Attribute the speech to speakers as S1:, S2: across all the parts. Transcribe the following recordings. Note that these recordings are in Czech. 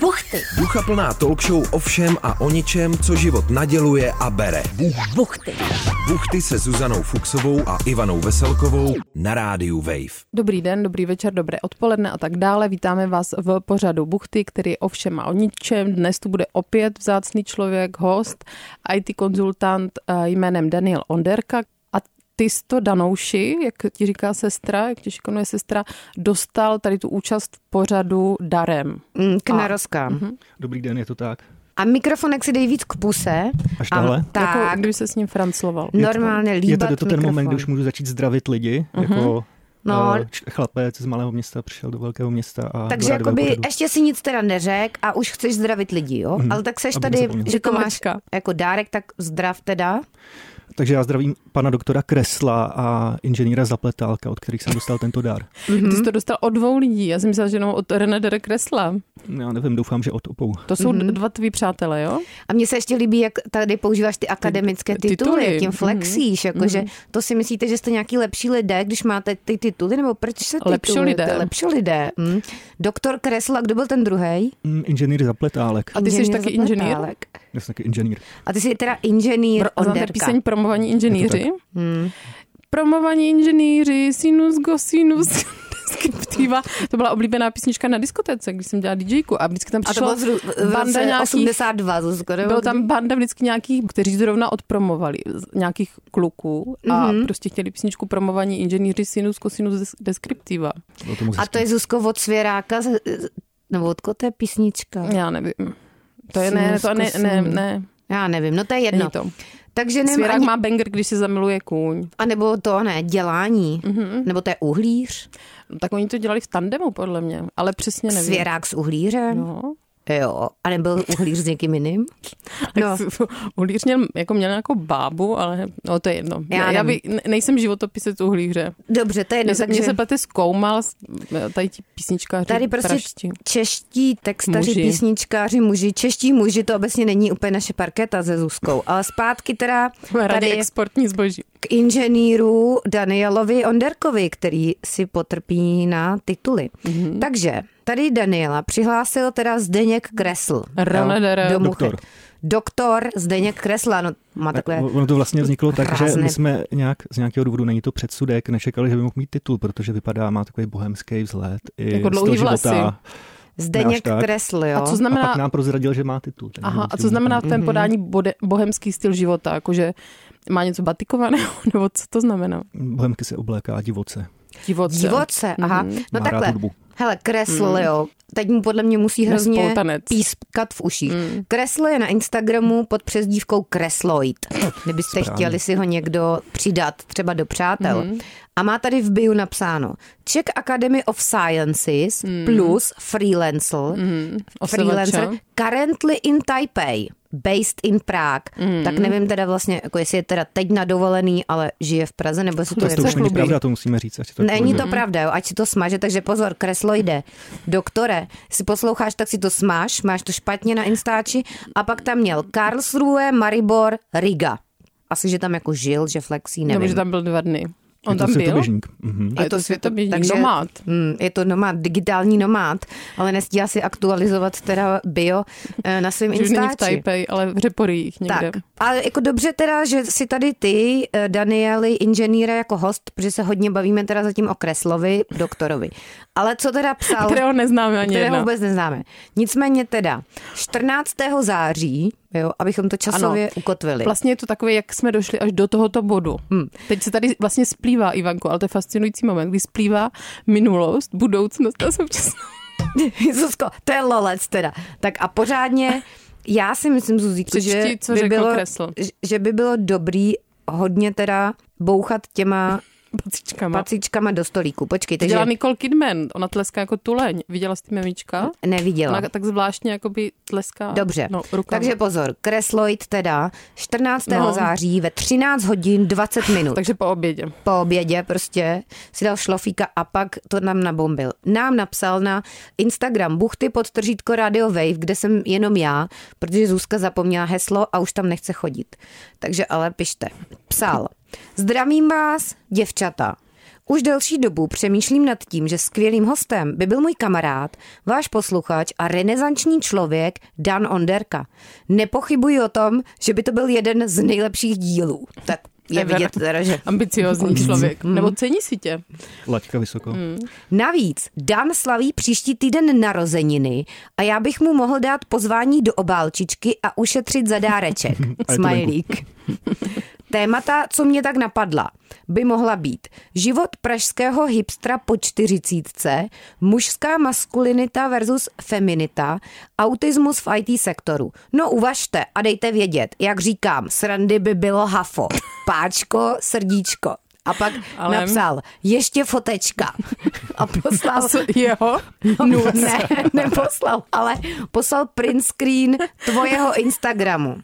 S1: Buchty.
S2: Ducha plná talk show o všem a o ničem, co život naděluje a bere.
S1: Buchty.
S2: Buchty se Zuzanou Fuxovou a Ivanou Veselkovou na rádiu Wave.
S3: Dobrý den, dobrý večer, dobré odpoledne a tak dále. Vítáme vás v pořadu Buchty, který je o všem a o ničem. Dnes tu bude opět vzácný člověk, host, IT konzultant eh, jménem Daniel Onderka. A ty jsi to Danouši, jak ti říká sestra, jak ti šikonuje sestra, dostal tady tu účast v pořadu darem.
S4: Mm, K narozkám.
S3: Mhm.
S5: Dobrý den, je to tak.
S4: A mikrofonek si dej víc k puse.
S5: Až
S4: a,
S5: tahle?
S4: tak, No,
S3: Jako když se s ním francloval.
S5: Je to-
S4: normálně líbat
S5: Je tady to ten
S4: mikrofon.
S5: moment, kdy už můžu začít zdravit lidi, jako
S4: No.
S5: no. chlapec z malého města přišel do velkého města a
S4: Takže
S5: do rádiového
S4: jakoby
S5: pořadu.
S4: ještě si nic teda neřek a už chceš zdravit lidi, jo? Ale tak seš
S5: Mhm. Aby
S4: tady,
S5: nezapomněl.
S4: že to máš
S3: Děkovačka.
S4: jako dárek, tak zdrav teda.
S5: Takže já zdravím pana doktora Kresla a inženýra Zapletálka, od kterých jsem dostal tento dar.
S3: Ty jsi to dostal od dvou lidí, já jsem myslela, že jenom od René Dere Kresla.
S5: Já nevím, doufám, že od opou.
S3: To jsou mm-hmm. dva tví přátelé, jo?
S4: A mně se ještě líbí, jak tady používáš ty akademické
S3: tituly.
S4: tituly, tituly. jak tím
S3: Mhm.
S4: flexíš, jakože to si myslíte, že jste nějaký lepší lidé, když máte ty tituly, nebo proč se
S3: Lepší
S4: titulujete?
S3: lidé.
S4: Lepší lidé. Mm. Doktor Kresla, kdo byl ten druhý?
S5: Mm, Inženýr Zapletálek.
S3: A ty jsi taky inženýr?
S5: Já jsem taky inženýr.
S4: A ty jsi teda inženýr
S3: A znáte
S4: Onderka. Hmm.
S3: píseň Promovaní inženýři? Promovaní inženýři, sinus, gosinus, deskriptiva. To byla oblíbená písnička na diskotéce, když jsem dělala DJku a vždycky tam
S4: A to
S3: přišla
S4: bylo v, ru- v
S3: banda
S4: roce
S3: nějakých
S4: 82, Zuzko, nebo
S3: bylo
S4: kdy?
S3: tam banda vždycky nějakých, kteří zrovna odpromovali, z- nějakých kluků a
S4: Mhm.
S3: mm-hmm. prostě chtěli písničku promovaní inženýři sinus, kosinus, des- deskriptiva.
S5: Bylo to moc
S4: A
S5: hezký.
S4: to je Zuzko od Svěráka, z- z- nebo od koho to je písnička?
S3: Já nevím. To je ne,
S4: Sinus,
S3: to ne, ne,
S4: kosinus.
S3: ne,
S4: Já nevím, no to je
S3: není
S4: jedno.
S3: to.
S4: Takže nevím,
S3: Svěrák
S4: ani,
S3: má banger, když se zamiluje kůň.
S4: a nebo to ne, dělání,
S3: Mhm.
S4: mm-hmm. nebo to je uhlíř,
S3: No, Tak oni to dělali v tandemu, podle mě, ale přesně nevím.
S4: Svěrák s uhlířem, no.
S3: No.
S4: jo, a nebyl uhlíř s někým jiným. No,
S3: No. Uhlíř měl, jako měl nějakou bábu, ale no to je jedno.
S4: Já
S3: Já, já
S4: nevím.
S3: by, ne- nejsem životopisec uhlíře.
S4: dobře, to je jedno,
S3: Mně se,
S4: takže
S3: mě se plete zkoumal s- tady ti písničkáři
S4: tady prostě
S3: praští.
S4: čeští textaři,
S3: Muži.
S4: muži. písničkáři, muži, čeští muži, to obecně není úplně naše parketa se Zuzkou, ale zpátky teda
S3: Tady
S4: tady
S3: exportní zboží.
S4: k inženýru Danielovi Onderkovi, který si potrpí na tituly.
S3: Mhm.
S4: Mm-hmm. Takže tady Daniela přihlásil teda Zdeněk Kresl.
S3: Ranadara.
S4: Jo, do muchy.
S5: Doktor.
S4: Doktor Zdeněk Kresla, no má takové...
S5: Ono to vlastně vzniklo tak, že
S4: Krásné.
S5: my jsme nějak, z nějakého důvodu, není to předsudek, nečekali, že by mohl mít titul, protože vypadá, má takový bohemský vzhled i
S3: Jako dlouhý
S5: styl života.
S3: vlasy.
S4: Zdeněk
S5: až tak.
S4: Kresl, jo.
S3: A co
S5: Znamená... No, A
S3: znamená,
S5: pak nám Mhm. prozradil, že má titul. takže
S3: aha,
S5: nevím,
S3: a
S5: jestli
S3: co
S5: on
S3: znamená
S5: tam-
S3: ten podání bode, bohemský styl života? Jakože má něco batikovaného, nebo co to znamená?
S5: Bohemky se obléká divoce.
S3: Divoce.
S4: Divoce, aha. No
S5: Má rád
S4: takhle.
S5: hudbu.
S4: Hele, Kresl, jo. Teď mu podle mě musí hrozně
S3: Nespoutanec.
S4: pískat v uších. Kresl je na Instagramu pod přezdívkou Kresloid. Kdybyste
S5: Správně.
S4: chtěli si ho někdo přidat, třeba do přátel. A má tady v bio napsáno Czech Academy of Sciences plus freelancer,
S3: Osavača.
S4: freelancer currently in Taipei, based in Prague. Tak nevím teda vlastně, jako jestli je teda teď na dovolený, ale žije v Praze, nebo jestli to,
S5: To,
S4: je
S5: to už není
S3: chlubí.
S5: pravda, to musíme říct. Ať to
S4: Není to pravda, jo, ať si to smaže, takže pozor, kreslo jde. Doktore, si posloucháš, tak si to smáš, máš to špatně na Instači a pak tam měl Karlsruhe, Maribor, Riga. Asi, že tam jako žil, že flexí, nevím.
S3: Nebo že tam byl dva dny. On
S5: je to
S3: tam byl?
S5: světoběžník. Mhm.
S3: Je to světoběžník,
S4: takže-
S3: nomád.
S4: Mm, je to nomád, digitální nomád, ale nestíhá si aktualizovat teda bio eh, na svém
S3: Že už není v
S4: Instači.
S3: Taipei, ale v Řeporích někde.
S4: Tak, ale jako dobře teda, že si tady ty, eh, Danieli, inženýra jako host, protože se hodně bavíme teda zatím o Kreslovi, doktorovi. Ale co teda psal?
S3: Kterého neznáme ani
S4: kterého
S3: jedna.
S4: vůbec neznáme. Nicméně teda 14. září, jo, abychom to časově ano, ukotvili.
S3: Vlastně je to takové, jak jsme došli až do tohoto bodu. Hmm.
S4: Hm.
S3: Teď se tady vlastně splývá, Ivanko, ale to je fascinující moment, kdy splývá minulost, budoucnost a současnost. Vlastně-
S4: Zuzko, to je lolec teda. Tak a pořádně, já si myslím, Zuzíku,
S3: Přečti,
S4: že,
S3: co
S4: by
S3: řekl
S4: bylo,
S3: Kresl.
S4: ž- že by bylo dobrý hodně teda bouchat těma
S3: Pacičkama. Paci-
S4: pacičkama do stolíku. Počkej, takže
S3: Dělá Nicole Kidman, ona tleská jako tuleň. Viděla jsi ty memička?
S4: neviděla.
S3: Ona No, tak zvláštně jakoby tleská
S4: Dobře,
S3: no, rukama.
S4: takže pozor, Kresloid teda 14.
S3: No.
S4: září ve 13 hodin 20 minut.
S3: takže po obědě.
S4: po obědě prostě si dal šlofíka a pak to nám nabombil. Nám napsal na Instagram buchty podtržítko Radio Wave, kde jsem jenom já, protože Zuzka zapomněla heslo a už tam nechce chodit. Takže ale pište. Psal. Zdravím vás, děvčata. Už delší dobu přemýšlím nad tím, že skvělým hostem by byl můj kamarád, váš posluchač a renesanční člověk Dan Onderka. Nepochybuji o tom, že by to byl jeden z nejlepších dílů. Tak je
S3: Ever.
S4: vidět teda, že...
S3: Ambiciozní člověk.
S4: Mhm.
S3: Nebo cení si tě.
S5: Laťka vysoko. Mm.
S4: Navíc Dan slaví příští týden narozeniny a já bych mu mohl dát pozvání do obálčičky a ušetřit za dáreček.
S5: venku.
S4: Smajlík. Témata, co mě tak napadla, by mohla být život pražského hipstra po čtyřicítce, mužská maskulinita versus feminita, autismus v IT sektoru. No uvažte a dejte vědět, jak říkám, srandy by bylo hafo, páčko, srdíčko. A pak
S3: Ale-
S4: Ale... napsal, ještě fotečka. A poslal,
S3: A s jeho?
S4: no, ne, neposlal, ale poslal print screen tvojeho Instagramu.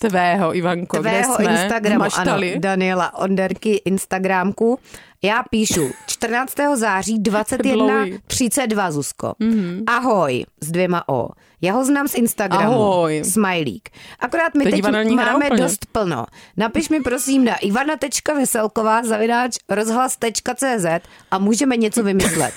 S3: Tvého, Ivanko,
S4: Tvého
S3: kde jsme?
S4: Instagramu,
S3: Maštali.
S4: ano, Daniela Onderky Instagramku. Já píšu 14. září 21.32, Zuzko.
S3: Mhm.
S4: Mm-hmm. Ahoj, s dvěma O. Já ho znám z Instagramu.
S3: Ahoj.
S4: Smajlík. Akorát my
S3: To je
S4: teď
S3: divadelní hra
S4: máme
S3: úplně.
S4: dost plno. Napiš mi prosím na ivana.veselková zavináč rozhlas.cz a můžeme něco vymyslet.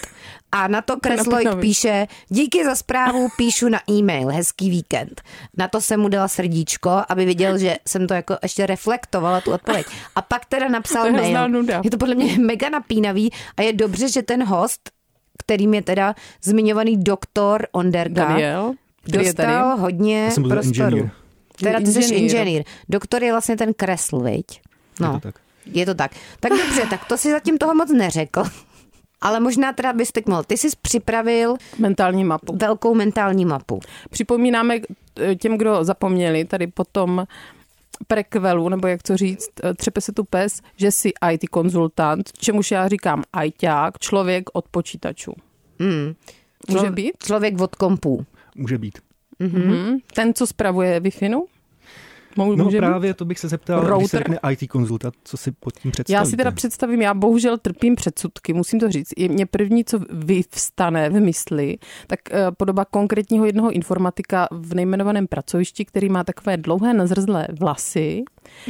S4: A na to Kresloid
S3: Napíšeme.
S4: píše, díky za zprávu, píšu na e-mail, hezký víkend. Na to jsem mu dala srdíčko, aby viděl, že jsem to jako ještě reflektovala, tu odpověď. A pak teda
S3: To
S4: napsal
S3: je hrozná
S4: mail.
S3: nuda.
S4: Je to podle mě mega napínavý a je dobře, že ten host, kterým je teda zmiňovaný doktor Onderka,
S3: Daniel, který je tady.
S4: dostal hodně
S5: Já jsem byl
S4: prostoru.
S5: inženýr.
S4: Teda ty jsi
S3: Inženýr.
S4: inženýr. Doktor je vlastně ten kresl, viď? No,
S5: Je to tak.
S4: Je to tak. Tak dobře, tak to si zatím toho moc neřekl. Ale možná teda bys teď mohl. Ty jsi připravil
S3: Mentální mapu.
S4: velkou mentální mapu.
S3: Připomínáme eh, těm, kdo zapomněli, tady potom prekvelu, nebo jak to říct, eh, třepe se tu pes, že jsi IT konzultant, čemuž já říkám ITák, člověk od počítačů.
S4: Mm.
S3: Může
S4: Člo-
S3: být?
S4: Člověk od kompů.
S5: Může být.
S3: Mm-hmm. Ten, co spravuje wi
S5: No právě to bych se zeptal, když se
S3: Router?
S5: řekne IT konzultant, co si pod tím představíte?
S3: Já si teda představím, já bohužel trpím předsudky, musím to říct. Je- Mně první, co vyvstane v mysli, tak eh, podoba konkrétního jednoho informatika v nejmenovaném pracovišti, který má takové dlouhé nazrzlé vlasy,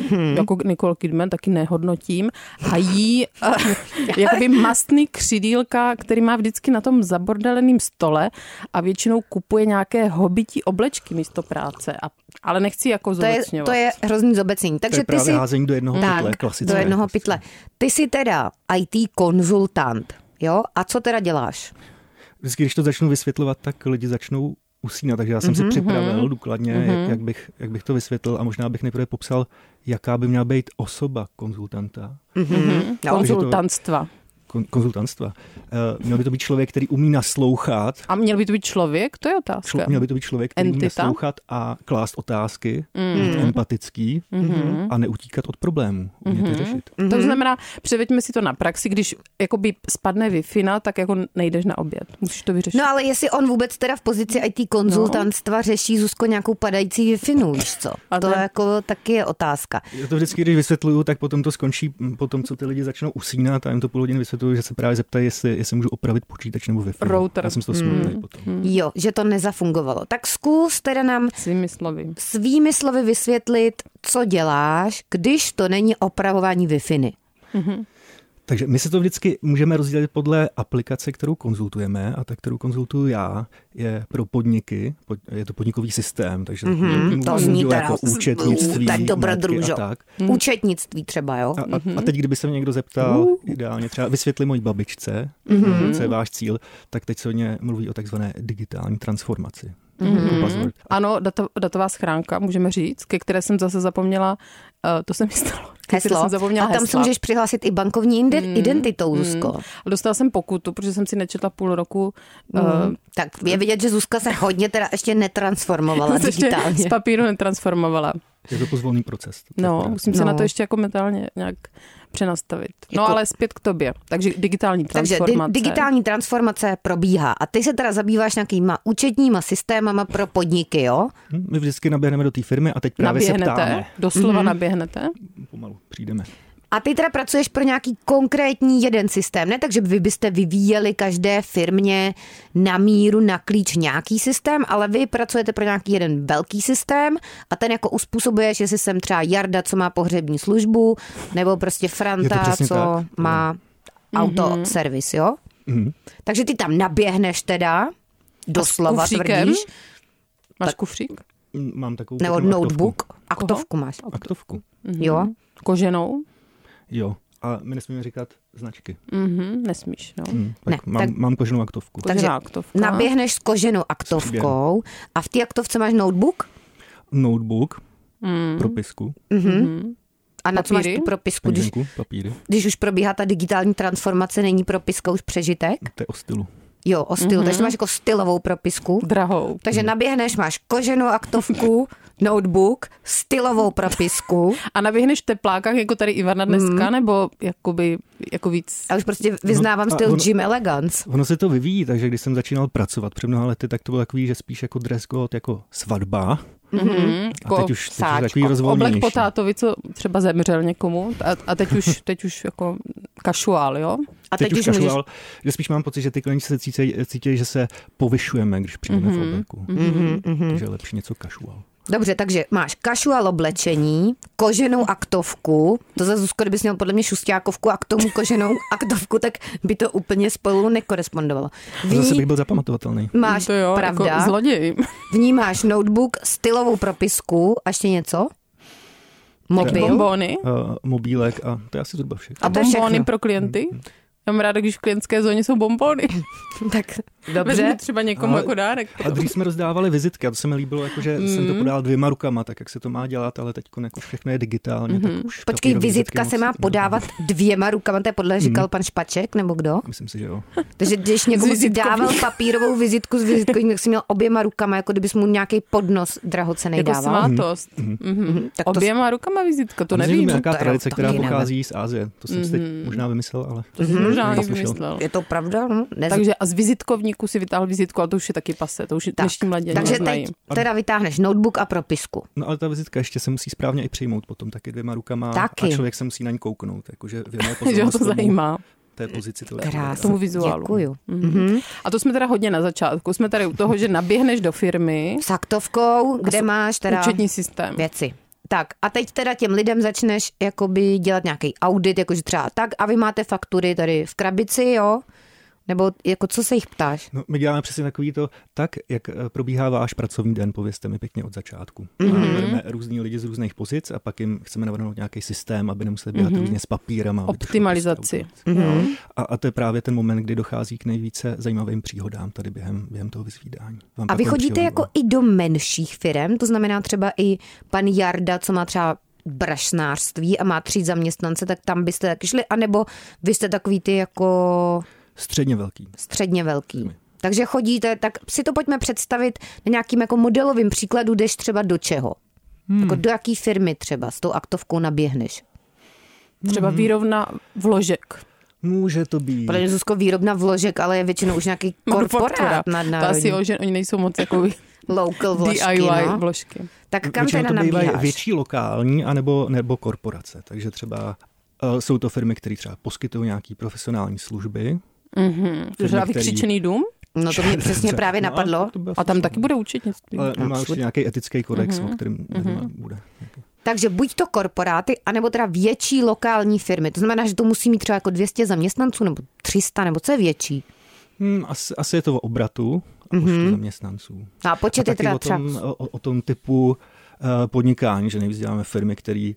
S3: hmm. jako Nicole Kidman, taky nehodnotím, a jí eh, jakoby mastný křidílka, který má vždycky na tom zabordeleném stole a většinou kupuje nějaké hobití oblečky místo práce. A, ale nechci jako
S4: To je, No.
S3: zobecňovat.
S4: to je hrozný zobecení.
S5: to
S4: Takže
S5: je
S4: ty
S5: právě
S4: si
S5: házení do jednoho
S4: tak,
S5: pytle, klasické. prostě.
S4: do jednoho pytle. Ty jsi teda IT konzultant, jo? A co teda děláš?
S5: Vždycky, když to začnu vysvětlovat, tak lidi začnou usínat, takže já jsem si připravil důkladně, jak, jak, bych, jak bych to vysvětlil a možná bych nejprve popsal, jaká by měla být osoba konzultanta,
S3: Mhm.
S4: Mm-hmm. No.
S3: Konzultantstva.
S5: kon, konzultantstva. Uh, měl by to být člověk, který umí naslouchat,
S3: A měl by to být člověk? To je otázka.
S5: Člo, měl by to být člověk, který umí
S3: Entita? Mm-hmm.
S5: naslouchat a klást otázky, být empatický a neutíkat od problémů, umět
S3: Mm-hmm.
S5: je řešit.
S4: Mhm.
S3: To znamená, převeďme si to na praxi, když jakoby spadne wi tak jako nejdeš na oběd. Musíš to vyřešit.
S4: no ale jestli on vůbec teda v pozici IT konzultantstva řeší Zuzko nějakou padající Wi-Fi, víš co?
S3: No. A
S4: to
S3: to je-
S4: jako taky je otázka.
S5: Já to vždycky, když vysvětluju, tak potom to skončí, mm, potom co ty lidi začnou usínat a jim to půl hodiny vysvětluju, že se právě zeptají, jestli, jestli můžu opravit počítač nebo wi
S3: Router. Mm.
S5: Já jsem z toho smutný potom.
S3: Hmm.
S4: Jo, že to nezafungovalo. Tak zkus teda nám
S3: Svými slovy.
S4: svými slovy vysvětlit, co děláš, když to není opravování Wi-Fi.
S5: Takže my se to vždycky můžeme rozdělit podle aplikace, kterou konzultujeme a ta, kterou konzultuju já, je pro podniky, pod- je to podnikový systém, takže mm-hmm,
S4: Mhm. to zní teda
S5: jako
S4: s-
S5: účetnictví,
S4: tak
S5: metky
S4: dobrodružo.
S5: a tak.
S3: Hmm.
S4: Účetnictví třeba, jo?
S5: A, a, a teď, kdyby se mě někdo zeptal, ideálně třeba vysvětli mojí babičce, co je váš cíl, tak teď se hodně mluví o takzvané digitální transformaci. Jako buzzword.
S3: Ano, dato, datová schránka, můžeme říct, ke které jsem zase zapomněla, eh, to se mi stalo. ke které
S4: Heslo.
S3: Jsem zapomněla
S4: a tam se
S3: hesla. Hmm.
S4: můžeš přihlásit i bankovní inde- identitou, Zuzko.
S3: A Dostala jsem pokutu, protože jsem si nečetla půl roku
S4: No,
S3: eh,
S4: Hmm. Tak je vidět, že Zuzka se hodně teda ještě netransformovala
S3: se ještě
S4: digitálně.
S3: z papíru netransformovala.
S5: Je to pozvolný proces. To je
S3: No,
S5: pravda.
S3: musím se
S4: No.
S3: na to ještě jako mentálně nějak přenastavit. No,
S4: Jako-
S3: ale zpět k tobě. Takže digitální
S4: Takže
S3: transformace.
S4: di- digitální transformace probíhá a ty se teda zabýváš nějakýma účetníma systémama pro podniky, jo?
S5: Hm, My vždycky naběhneme do té firmy a teď právě se
S3: naběhnete,
S5: ptáme.
S4: Mhm.
S3: doslova mm-hmm. naběhnete.
S5: Pomalu přijdeme.
S4: A ty teda pracuješ pro nějaký konkrétní jeden systém, ne? Takže vy byste vyvíjeli každé firmě na míru, na klíč nějaký systém, ale vy pracujete pro nějaký jeden velký systém a ten jako uspůsobuješ, jestli jsem třeba Jarda, co má pohřební službu, nebo prostě
S5: Je to
S4: Franta,
S5: přesně
S4: co
S5: tak.
S4: má autoservis, jo?
S5: Mhm.
S4: Takže ty tam naběhneš teda, doslova
S3: kufříkem?
S4: tvrdíš,
S3: Máš
S4: Tak-
S3: kufřík?
S5: M- Hm, Mám takovou
S4: nebo
S5: pěknou aktovku.
S4: notebook, aktovku máš,
S5: Aktovku.
S4: jo?
S3: Koženou?
S5: Jo. A my nesmíme říkat značky.
S3: Mhm, nesmíš, no.
S5: Hm, tak,
S4: Ne,
S5: ne, mám,
S4: tak-
S5: tak... mám koženou aktovku.
S3: Takže
S4: Takže
S3: aktovka.
S4: Naběhneš s koženou aktovkou a v té aktovce máš notebook
S5: Notebook, mm. propisku,
S4: Mhm. a na co máš
S3: Papíry?
S4: tu propisku, když,
S5: peněženku, papíry.
S4: když už probíhá ta digitální transformace, není propiska už přežitek?
S5: To je o stylu.
S4: Jo, o styl, mm-hmm. takže máš jako stylovou propisku.
S3: Drahou.
S4: Takže naběhneš, máš koženou aktovku, notebook, stylovou propisku
S3: A naběhneš v teplákách, jako tady Ivana
S4: Hmm.
S3: dneska, nebo jakoby, jako víc...
S4: a už prostě vyznávám
S5: No, a
S4: styl
S5: ono-
S4: Jim Elegance.
S5: Ono se to vyvíjí, takže když jsem začínal pracovat před mnoha lety, tak to bylo takový, že spíš jako dress code, jako svatba.
S3: Mm-hmm.
S5: A teď už, teď už takový rozvolněnější.
S3: Oblek po tátovi, co třeba zemřel někomu. A, a teď, už, teď už jako kašuál, jo?
S4: A teď,
S5: teď,
S4: už můžeš...
S5: casual, že spíš mám pocit, že ty klienti se cítí, cítí, že se povyšujeme, když přijdeme
S4: Mhm,
S5: mm-hmm. v obleku. Mm-hmm, Takže je lepší něco casual.
S4: Dobře, takže máš kašual oblečení, koženou aktovku, to za Zuzko, kdybys měl podle mě šustákovku a k tomu koženou aktovku, tak by to úplně spolu nekorespondovalo.
S5: A zase bych
S4: Vní...
S5: byl zapamatovatelný.
S4: Máš,
S3: to jo,
S4: pravda,
S3: jako zloděj.
S4: vnímáš notebook, stylovou propisku a ještě něco? Mobil?
S3: Bombony.
S5: Uh, mobílek a to je asi zhruba všechno.
S3: A
S4: to je
S3: bombony
S4: všechno.
S3: pro klienty.
S5: Hmm.
S3: Já mám ráda, když v klientské zóně jsou bombony.
S4: Tak
S3: Vezmu
S4: dobře.
S3: třeba někomu
S5: Ale-
S3: jako dárek.
S5: A dřív jsme rozdávali vizitky a to se mi líbilo, jako, že
S4: Mhm.
S5: mm. jsem to podal dvěma rukama, tak jak se to má dělat, ale teď jako všechno je digitálně. Mm-hmm. Tak už
S4: Mhm. Počkej,
S5: papírový
S4: vizitka
S5: vizitky
S4: se
S5: moc
S4: má
S5: nebyly.
S4: podávat dvěma rukama, to je podle říkal pan Špaček, nebo kdo?
S5: Myslím si, že jo.
S4: Takže když někomu si
S3: vizitkovým.
S4: dával papírovou vizitku s vizitkou, tak si měl oběma rukama, jako kdybys mu nějaký podnos drahocenej
S3: Jako
S4: dával.
S3: svátost. Mm-hmm.
S4: Tak to s-
S3: Oběma rukama vizitka, to
S5: Hmm. Myslím, že
S3: nevím.
S5: je nějaká
S4: to je
S5: tradice,
S4: taky
S5: která
S4: nevím. Mhm.
S5: pochází z Asie. To jsem si teď možná vymyslel, ale to jsem
S3: Možná i
S5: někde slyšel.
S3: vymyslel.
S4: Je to pravda? No, nez...
S3: Takže a z vizitkovníku si vytáhl vizitku, ale to už je taky pase, to už tak. dnešní mladě
S4: Takže
S3: neznají.
S4: teď teda vytáhneš notebook a propisku.
S5: No ale ta vizitka ještě se musí správně i přijmout potom taky dvěma rukama
S4: Taky.
S5: a člověk se musí na ní kouknout, jakože věnuje
S3: Že ho to
S5: pozornost tomu-
S3: zajímá.
S5: té pozici toho
S4: Krásný.
S5: člověka.
S3: tomu vizuálu.
S4: Děkuju. Mhm.
S3: Mm-hmm. A to jsme teda hodně na začátku. Jsme tady u toho, že naběhneš do firmy,
S4: S aktovkou, kde máš teda
S3: účetní systém.
S4: věci. Tak a teď teda těm lidem začneš jakoby dělat nějaký audit, jakože třeba tak a vy máte faktury tady v krabici, jo? Nebo jako co se jich ptáš?
S5: No, my děláme přesně takový to, tak jak eh, probíhá váš pracovní den, povězte mi pěkně od začátku.
S4: Mhm.
S5: Mm-hmm. Bereme různý lidi z různých pozic a pak jim chceme navrhnout nějaký systém, aby nemuseli běhat mm-hmm. různě s papírem.
S3: Mhm. Optimalizaci.
S4: Mhm.
S5: Mm-hmm. A, a to je právě ten moment, kdy dochází k nejvíce zajímavým příhodám tady během, během toho vysvídání. Vám
S4: A
S5: takový
S4: vy chodíte
S5: příhod-
S4: jako i do menších firm, to znamená třeba i pan Jarda, co má třeba brašnářství a má tři zaměstnance, tak tam byste taky šli, anebo vy jste takový ty jako
S5: Středně velký.
S4: středně velký. Takže chodíte, tak si to pojďme představit na nějakým jako modelovým příkladu, jdeš třeba do čeho. Hmm. Jako do jaký firmy třeba s tou aktovkou naběhneš.
S3: Třeba výrovna vložek.
S5: Může to být.
S4: Podle mě Zuzko výrobna vložek, ale je většinou už nějaký korporát
S3: To asi
S4: nadnárodní.
S3: jo, že oni nejsou moc jako
S4: Local vložky,
S3: DIY
S4: no.
S3: vložky.
S4: Tak kam
S5: Většinou
S4: teda
S5: to bývají
S4: nabíháš?
S5: větší lokální anebo, nebo korporace. Takže třeba uh, jsou to firmy, které třeba poskytují nějaké profesionální služby.
S3: Třeba
S5: který-
S3: vykřičený dům
S4: No to mě přesně právě
S5: No,
S4: napadlo.
S5: to- to bylo
S3: a tam
S5: vtipný.
S3: taky bude účetnictví.
S5: Ale má
S4: Absurd.
S5: určitě nějaký etický kodex,
S4: Mhm.
S5: o kterém nevím, bude.
S4: Takže buď to korporáty, anebo teda větší lokální firmy. To znamená, že to musí mít třeba jako 200 zaměstnanců, nebo 300, nebo co je větší.
S5: Hmm, asi, asi je to o obratu a
S3: Mhm.
S5: počtu zaměstnanců.
S3: No
S4: A
S5: A
S4: počet je
S5: taky
S4: teda
S5: o tom,
S4: třeba...
S5: o, o tom typu eh, podnikání, že nejvíc děláme firmy, které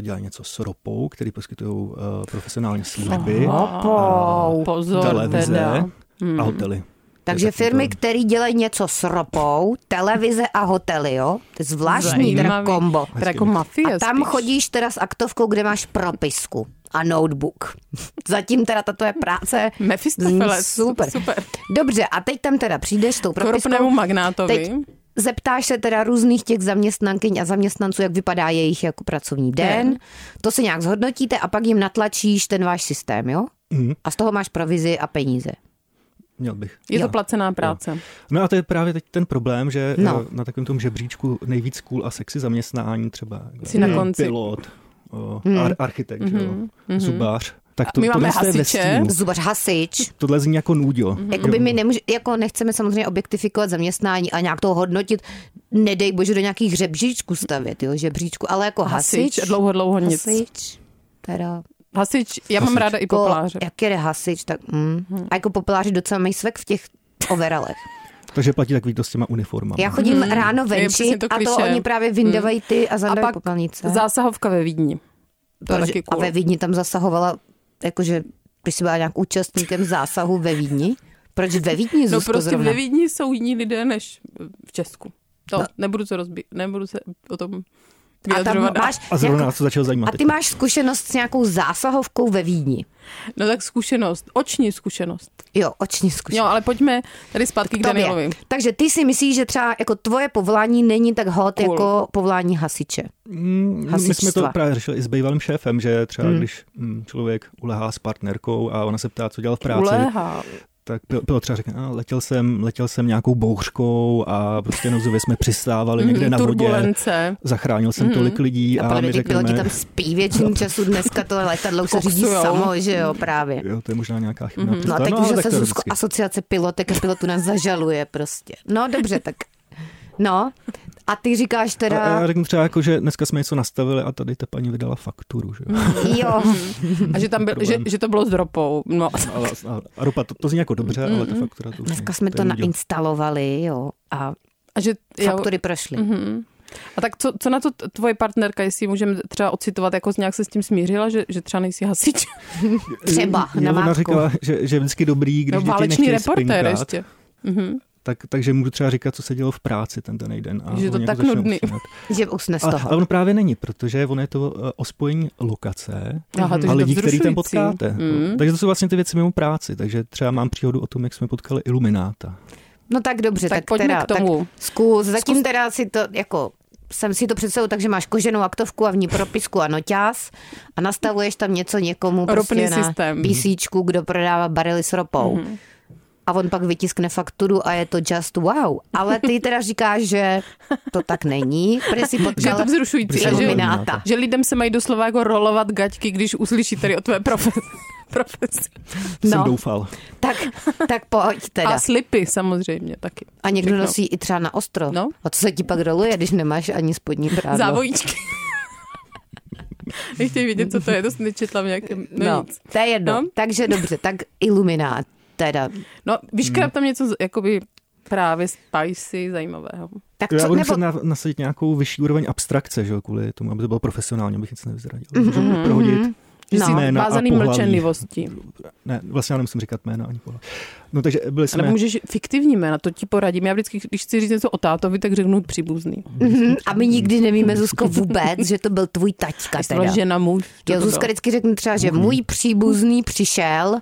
S5: dělají něco s ropou, které poskytují eh, profesionální služby,
S3: Opou. Pozor
S5: televize
S3: teda. Hmm.
S5: a hotely.
S4: Takže
S5: taky
S4: firmy,
S5: to-
S4: které dělají něco s ropou, televize a hotely, jo? To je zvláštní teda
S3: Zajímavý.
S4: kombo.
S3: Teda jako mafie
S4: A tam
S3: spíš.
S4: chodíš teda s aktovkou, kde máš propisku a notebook. Zatím teda tato je práce.
S3: Mefistofeles.
S4: Zní Super.
S3: Super.
S4: Dobře, a teď tam teda přijdeš s tou
S3: Koropnému
S4: propiskou.
S3: magnátovi.
S4: Teď zeptáš se teda různých těch zaměstnankyň a zaměstnanců, jak vypadá jejich jako pracovní den.
S3: Den.
S4: To se nějak zhodnotíte a pak jim natlačíš ten váš systém, jo?
S5: Mhm.
S4: A z toho máš provizi a peníze.
S5: Měl bych.
S3: Je to
S4: jo.
S3: placená práce.
S5: No a to je právě teď ten problém, že
S4: No.
S5: no. na takovém tom žebříčku nejvíc cool a sexy zaměstnání třeba. eh,
S3: Jsi na konci. Hmm. Mhm,
S5: Pilot, o, ar- architekt, mm. jo, zubář. Tak to,
S3: My máme
S5: tohle je ve
S3: hasiče.
S5: stínu.
S4: Zubař hasič.
S5: Tohle zní jako nůďo. Mm.
S4: Mhm. Jakoby my nemůže, jako nechceme samozřejmě objektifikovat zaměstnání a nějak to hodnotit, nedej bože do nějakých žebříčků stavět, jo, žebříčku, ale jako hasič.
S3: Hasič, dlouho, dlouho nic.
S4: Hasič, teda
S3: Hasič, já mám
S5: Hasič.
S3: ráda i populáře.
S4: jak jede hasič, tak mm. A jako populáři docela mají svek v těch overalech.
S5: Takže platí takový to s těma uniformama.
S4: Já chodím
S3: Mhm.
S4: ráno
S3: Je přesně
S4: venčit
S3: to
S4: a to
S3: klišé. Hmm.
S4: oni právě vyndávají ty a
S3: A
S4: zandají
S3: pak
S4: popelnice.
S3: Zásahovka ve Vídni. To je
S4: Protože-
S3: taky
S4: A
S3: cool.
S4: ve Vídni tam zasahovala, jakože když jsi byla nějak účastníkem zásahu ve Vídni? Proč ve Vídni
S3: No
S4: Zuzko
S3: prostě
S4: zrovna?
S3: ve Vídni jsou jiní lidé než v Česku. To no. nebudu, co rozbí, nebudu se o tom
S4: a tam
S3: vyjadřovat.
S4: máš
S5: A zrovna
S4: nějakou,
S5: nás to začal zajímat.
S4: jako- a ty
S5: teď.
S4: máš zkušenost s nějakou zásahovkou ve Vídni.
S3: No tak zkušenost, oční zkušenost.
S4: Jo, oční zkušenost.
S3: Jo, ale pojďme tady zpátky k
S4: Tobě.
S3: Danielovi.
S4: Takže ty si myslíš, že třeba jako tvoje povolání není tak hot
S3: Cool.
S4: cool. jako povolání hasiče.
S5: Mm, My jsme to
S4: hasičstva.
S5: právě řešili i s bývalým šéfem, že třeba hmm. když mm, člověk ulehá s partnerkou a ona se ptá, co dělal v práci,
S3: Ulehá.
S5: tak pil- pilot třeba řekne, a letěl jsem, letěl jsem nějakou bouřkou a prostě nouzově jsme přistávali někde na vodě.
S3: mm, Turbulence.
S5: Zachránil jsem tolik lidí
S4: Mhm, A
S5: a, my
S4: podle těch piloti
S5: řekneme,
S4: tam spí většinu času dneska to letadlo už se řídí
S3: Koksujou.
S4: samo, že jo, právě.
S5: jo, to je možná nějaká chybná mm-hmm.
S4: No a teď
S5: no,
S4: už
S5: ale tak
S4: zase
S5: to je
S4: Zuzko,
S5: vždycky.
S4: asociace pilotek a pilotů nás zažaluje prostě. No dobře, tak. No, a ty říkáš
S5: A- a
S4: teda,
S5: já řeknu třeba jako, že dneska jsme něco nastavili a tady ta paní vydala fakturu,
S4: Mhm.
S5: že jo.
S4: jo,
S3: A že, tam byl, že,
S5: Problém.
S3: že to bylo s ropou. No.
S5: Ale, a, a ropa, to, to zní jako dobře, ale ta faktura to už
S4: dneska
S5: je-
S4: jsme
S5: je
S4: to
S5: úděl.
S4: nainstalovali, jo, a
S3: A, že, jo,
S4: faktory prošly.
S3: a tak co, co na to t- tvoje partnerka, jestli můžeme třeba ocitovat, jako nějak se s tím smířila, že, že třeba nejsi hasič?
S4: Třeba,
S5: Jo,
S4: na
S5: Ona
S4: mátku.
S5: říkala, že, že je vždycky dobrý, když
S3: No,
S5: děti
S3: válečný
S5: nechtějí
S3: reportér
S5: spinkat, Mhm.
S3: ještě.
S5: Tak, takže můžu třeba říkat, co se dělo v práci ten daný den. A
S3: Že je to
S5: oni
S3: tak
S5: začnou
S3: nudný.
S5: usínat.
S4: Že usne z
S5: Ale,
S4: toho.
S5: ale ono právě není, protože ono je to eh, o spojení lokace
S3: Aha, to, že
S5: a lidí,
S3: to
S5: který tam
S3: vzrušující.
S5: potkáte.
S3: Mm.
S5: Takže to jsou vlastně ty věci mimo práci. Takže třeba mám příhodu o tom, jak jsme potkali Ilumináta.
S4: No tak dobře,
S3: Tak
S4: tak,
S3: pojďme
S4: teda,
S3: k tomu.
S4: Tak zkus, zatím teda si to, jako, jsem si to představil, takže máš koženou aktovku a v ní propisku a noťaz a nastavuješ tam něco někomu prostě
S3: Ropný
S4: na
S3: systém. Mhm.
S4: písíčku, kdo prodává barely s ropou. Mm-hmm. A on pak vytiskne fakturu a je to just wow. Ale ty teda říkáš, že to tak není, protože si
S3: Že je
S4: potkala
S3: to vzrušující.
S5: Protože
S3: A
S5: je
S3: že,
S5: ilumináta.
S4: ilumináta.
S3: že lidem se mají doslova jako rolovat gaťky, když uslyší tady o tvé profesi. profesi.
S5: No. Jsem
S4: No.
S5: doufal.
S4: Tak, tak pojď teda.
S3: A slipy samozřejmě taky.
S4: A někdo
S3: Všechno.
S4: nosí i třeba na ostro.
S3: No.
S4: A co se ti pak roluje, když nemáš ani spodní prádlo?
S3: Závojíčky. Nechtějí vědět, co to je, to jsem nečetla v nějakém, no, no. nic.
S4: to je jedno.
S3: No.
S4: No. Takže dobře, tak iluminát. Teda.
S3: No,
S5: Hmm.
S3: vyškrab tam něco z- jakoby právě spicy zajímavého.
S4: Tak
S5: Já
S4: co,
S5: budu
S4: nebo
S5: muset na- nasadit nějakou vyšší úroveň abstrakce, že jo, kvůli tomu, aby to bylo profesionální, abych nic nevyzradil. Můžu prohodit
S4: No,
S5: jména a
S3: Vázaný
S5: pohlaví.
S3: mlčenlivostí.
S5: Ne, vlastně já nemusím říkat jména ani pohlaví. No takže byli
S3: Ale
S5: jsme...
S3: můžeš fiktivní jména, to ti poradím. Já vždycky, když chci říct něco o tátovi, tak řeknu příbuzný.
S4: Mhm, a my nikdy nevíme, Zuzko, vůbec, že to byl tvůj taťka
S3: To byla
S4: teda.
S3: žena muž. co
S4: Jo,
S3: to
S4: Zuzka
S3: bylo?
S4: vždycky řekne třeba, že můj příbuzný přišel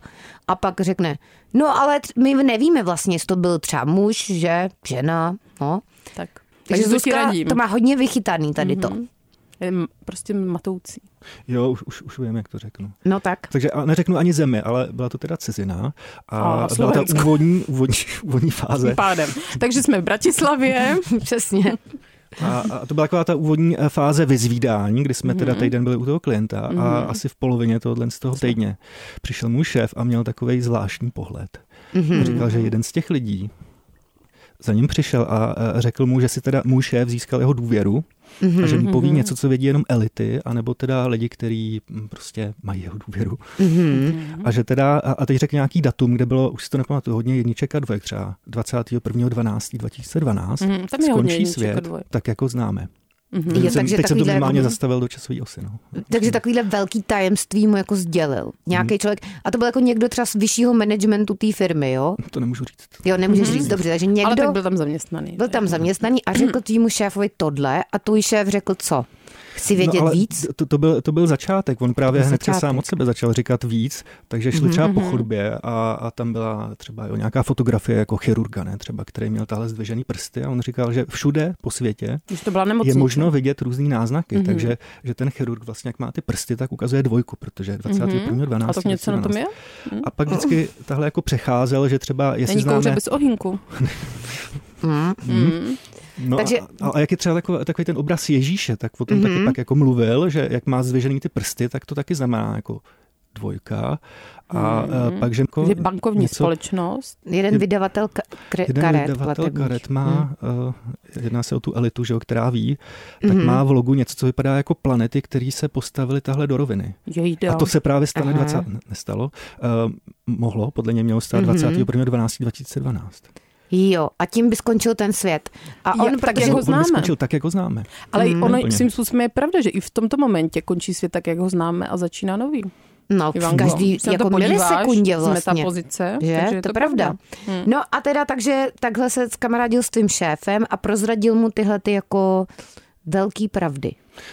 S4: a pak řekne, no ale t- my nevíme vlastně, jestli to byl třeba muž, že, žena, no.
S3: Tak.
S4: Takže
S3: Takže to ti
S4: Zuzka
S3: radím. Mhm.
S4: to má hodně vychytaný tady to.
S3: Je m- Prostě matoucí.
S5: Jo, už, už, už vím, jak to řeknu.
S4: No tak.
S5: Takže a neřeknu ani zemi, ale byla to teda cizina a,
S3: A,
S5: byla ta
S3: Slovensko.
S5: úvodní, úvodní, úvodní fáze.
S3: Tím pádem. Takže jsme v Bratislavě.
S4: Přesně.
S5: A, a to byla taková ta úvodní eh, fáze vyzvídání, kdy jsme teda týden byli u toho klienta a asi v polovině tohohle z toho týdně přišel můj šéf a měl takový zvláštní pohled.
S4: Mhm.
S5: A Říkal, že jeden z těch lidí za ním přišel a eh, řekl mu, že si teda můj šéf získal jeho důvěru
S4: Mhm,
S5: a že mu poví něco, co vědí jenom elity, anebo teda lidi, kteří mm, prostě mají jeho důvěru.
S4: Mhm.
S3: Mhm.
S5: A že teda, a a teď řekl nějaký datum, kde bylo, už si to nepamatuju, hodně jedniček a dvojek, třeba 21.12.2012,
S3: Mhm, tam je hodně
S5: skončí
S3: jedniček a
S5: svět,
S3: dvojek.
S5: tak jako známe.
S4: Jo,
S5: Jsem,
S4: Mhm. takže
S5: teď jsem to
S4: takovýhle- jako-
S5: minimálně zastavil do časové osy. No.
S4: Takže takovýhle velký tajemství mu jako sdělil nějaký člověk. A to byl jako někdo třeba z vyššího managementu té firmy, jo?
S5: To nemůžu říct.
S4: Jo, nemůžeš říct dobře, takže někdo...
S3: Mhm. Ale tak byl tam zaměstnaný.
S4: byl tam zaměstnaný a řekl tvýmu šéfovi tohle a tvůj šéf řekl co? Chci vědět
S5: no, ale
S4: víc?
S5: To, to, byl, to byl začátek. On právě
S4: byl
S5: hned
S4: začátek.
S5: sám od sebe začal říkat víc, takže šli třeba po
S3: Mhm.
S5: chodbě a, a tam byla třeba jo, nějaká fotografie jako chirurga, ne, třeba, který měl tahle zdvižený prsty a on říkal, že všude po světě
S3: Už to byla
S5: je
S3: nemocnice.
S5: možno vidět různé náznaky,
S3: Mhm.
S5: mm-hmm. takže že ten chirurg vlastně, jak má ty prsty, tak ukazuje dvojku, protože 21.12.
S3: Mhm. Hm? A tak něco na tom je?
S5: A pak vždycky tahle jako přecházel, že třeba, jestli
S3: Není kouře
S5: známe...
S3: bez ohýnku.
S4: Hmm.
S3: Hmm.
S5: No
S4: Takže-
S5: Takže... a, a jak je třeba takový, takový ten
S3: Mhm.
S5: obraz Ježíše, tak o tom mm-hmm. taky pak jako mlubil, že jak má zvěžený ty prsty, tak to taky znamená jako dvojka. A mm-hmm. pak, že,
S3: Mhm. Že bankovní
S5: něco-
S3: společnost.
S4: Jeden vydavatel ka- kre-
S5: Jeden
S4: karet.
S5: vydavatel
S4: platebních. Hmm.
S5: karet má,
S3: Mhm.
S5: uh, jedná se o tu elitu, že, jo, která ví, tak má v logu něco, co vypadá jako planety, které se postavily tahle do roviny.
S3: Jo, jde.
S5: A to se právě stane
S4: Aha.
S5: 20, ne- nestalo, uh, mohlo, podle něj mělo stát
S4: Mhm.
S5: 21.12.2012.
S4: Jo, a tím by skončil ten svět. A
S3: Jo,
S4: on,
S3: tak
S4: protože,
S3: jak ho
S5: On by
S3: známe.
S5: skončil tak, jak ho známe.
S3: Ale i
S4: Mm.
S3: ono,
S5: Úplně.
S3: svým způsobem je pravda, že i v tomto momentě končí svět tak, jak ho známe a začíná nový.
S4: no, v
S3: Ivanko,
S4: každý
S3: když se na to
S4: jako
S3: podíváš
S4: milisekundě
S3: Z
S4: vlastně.
S3: metapozice,
S4: Že?
S3: takže
S4: to, je pravda. Hmm. No a teda takže takhle se skamarádil s tvým šéfem a prozradil mu tyhle ty jako velký pravdy.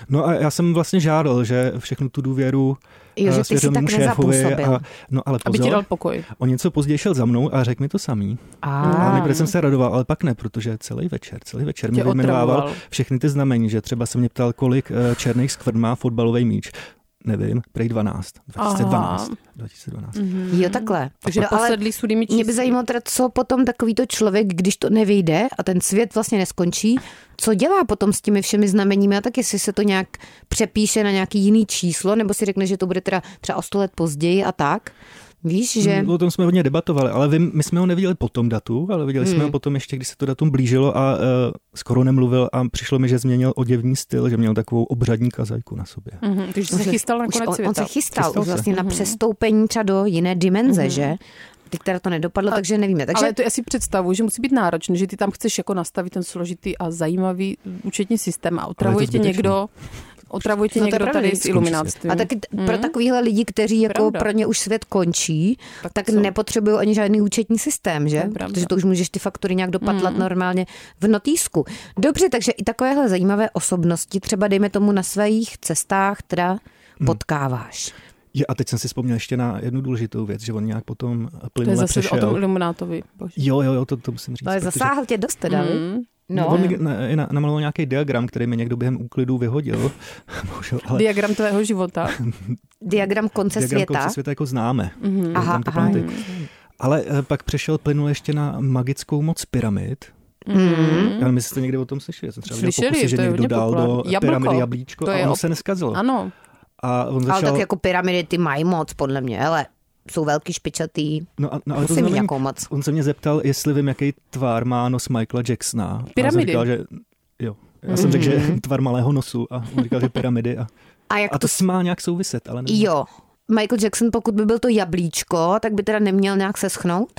S5: No a já jsem vlastně žádal, že všechnu tu důvěru
S4: Jo,
S5: eh,
S4: že ty si
S5: svěřenému
S4: tak nezapůsobil.
S5: a, no ale
S3: Aby ti
S5: pozor,
S3: dal pokoj.
S5: o něco později šel za mnou a řekl mi to samý. A nejprve jsem se radoval, ale pak ne, protože celý večer, celý večer mě
S3: Tě
S5: vyjmenovával
S3: otravoval.
S5: všechny ty znamení, že třeba se mě ptal, kolik eh, černých skvrn má fotbalový míč. Nevím, prej 12. 2012. 2012.
S4: Jo, takhle.
S3: Hmm. Takže
S4: no, ale
S3: posedlí sudými
S4: mě by
S3: čísly.
S4: zajímalo teda, co potom takovýto člověk, když to nevyjde a ten svět vlastně neskončí, co dělá potom s těmi všemi znameními a tak jestli se to nějak přepíše na nějaký jiný číslo, nebo si řekne, že to bude teda třeba o 100 let později a tak. Víš, že...
S3: Hmm.
S5: Mm, O tom jsme hodně debatovali, ale vy, my jsme ho neviděli po tom datu, ale viděli
S3: Hmm.
S5: jsme ho potom ještě, když se to datum blížilo a uh, skoro nemluvil a přišlo mi, že změnil oděvní styl, že měl takovou obřadní kazajku na sobě.
S3: Mhm, takže se chystal na
S4: Už
S3: konec
S4: on,
S3: světa. Mhm.
S4: on se chystal,
S5: Chystal
S4: už
S5: se.
S4: vlastně na přestoupení třeba do jiné dimenze, že? Teď teda to nedopadlo, takže nevíme. Takže
S3: Ale to já si představuju, že musí být náročné, že ty tam chceš jako nastavit ten složitý a zajímavý účetní systém a otravuje tě
S5: zbytečný.
S3: někdo, otravuje tě
S4: No to je
S3: někdo
S4: pravda,
S3: tady
S4: když
S3: s
S5: skončí
S3: ilumináctvím.
S4: A taky t- pro takovýhle lidi, kteří jako
S3: Mm. Pravda.
S4: pro ně už svět končí, tak,
S3: Tak
S4: tak
S3: co?
S4: nepotřebují ani žádný účetní systém, že?
S3: To je pravda. Mm.
S4: Protože to už můžeš ty faktury nějak dopatlat normálně v notýsku. Dobře, takže i takovéhle zajímavé osobnosti, třeba dejme tomu na svých cestách, teda
S5: Mm.
S4: potkáváš.
S5: Je, a teď jsem si vzpomněl ještě na jednu důležitou věc, že on nějak potom
S3: to je
S5: plynule
S3: zase o tom
S5: přešel.
S3: iluminátovi. Bože.
S5: Jo, jo, jo, to, to musím říct.
S4: To je
S5: protože-
S4: zasáhl tě dost teda, mm.
S5: No. On
S4: No,
S5: mi na- i na- namaloval nějaký diagram, který mi někdo během úklidu vyhodil. Bohužel, ale
S3: Diagram tvého života.
S4: diagram konce
S5: diagram
S4: světa.
S5: konce světa jako známe.
S3: Mhm.
S5: Mm-hmm.
S4: Aha, Mm.
S5: tam ty
S4: aha.
S5: planety. Ale eh, pak přešel plynul ještě na magickou moc pyramid.
S4: Mm.
S5: Já nevím, jestli jste někdy o tom slyšeli. Já jsem třeba viděl
S3: Slyšeli,
S5: pokusy, že
S3: to je
S5: někdo
S3: hodně
S5: dal do
S3: populární.
S5: pyramidy
S3: Jablko.
S5: jablíčko
S3: To
S5: a
S3: je
S5: ono
S3: op-
S5: se neskazilo.
S3: Ano.
S5: A on
S4: Ale
S5: začal...
S4: tak jako pyramidy ty mají moc, podle mě, ale jsou velký, špičatý.
S5: no, a- no, ale to
S4: Musím mít
S5: znamení-
S4: nějakou moc.
S5: On se mě zeptal, jestli vím, jaký tvar má nos Michaela Jacksona.
S3: Pyramidy.
S5: A já jsem říkal, že... Jo. Já jsem řekl, že tvar malého nosu a on říkal, že pyramidy. A,
S4: A jak
S5: a to s má nějak souviset, ale
S3: Mhm.
S5: nevím.
S4: Jo. Michael Jackson, pokud by byl to jablíčko, tak by teda neměl nějak se schnout?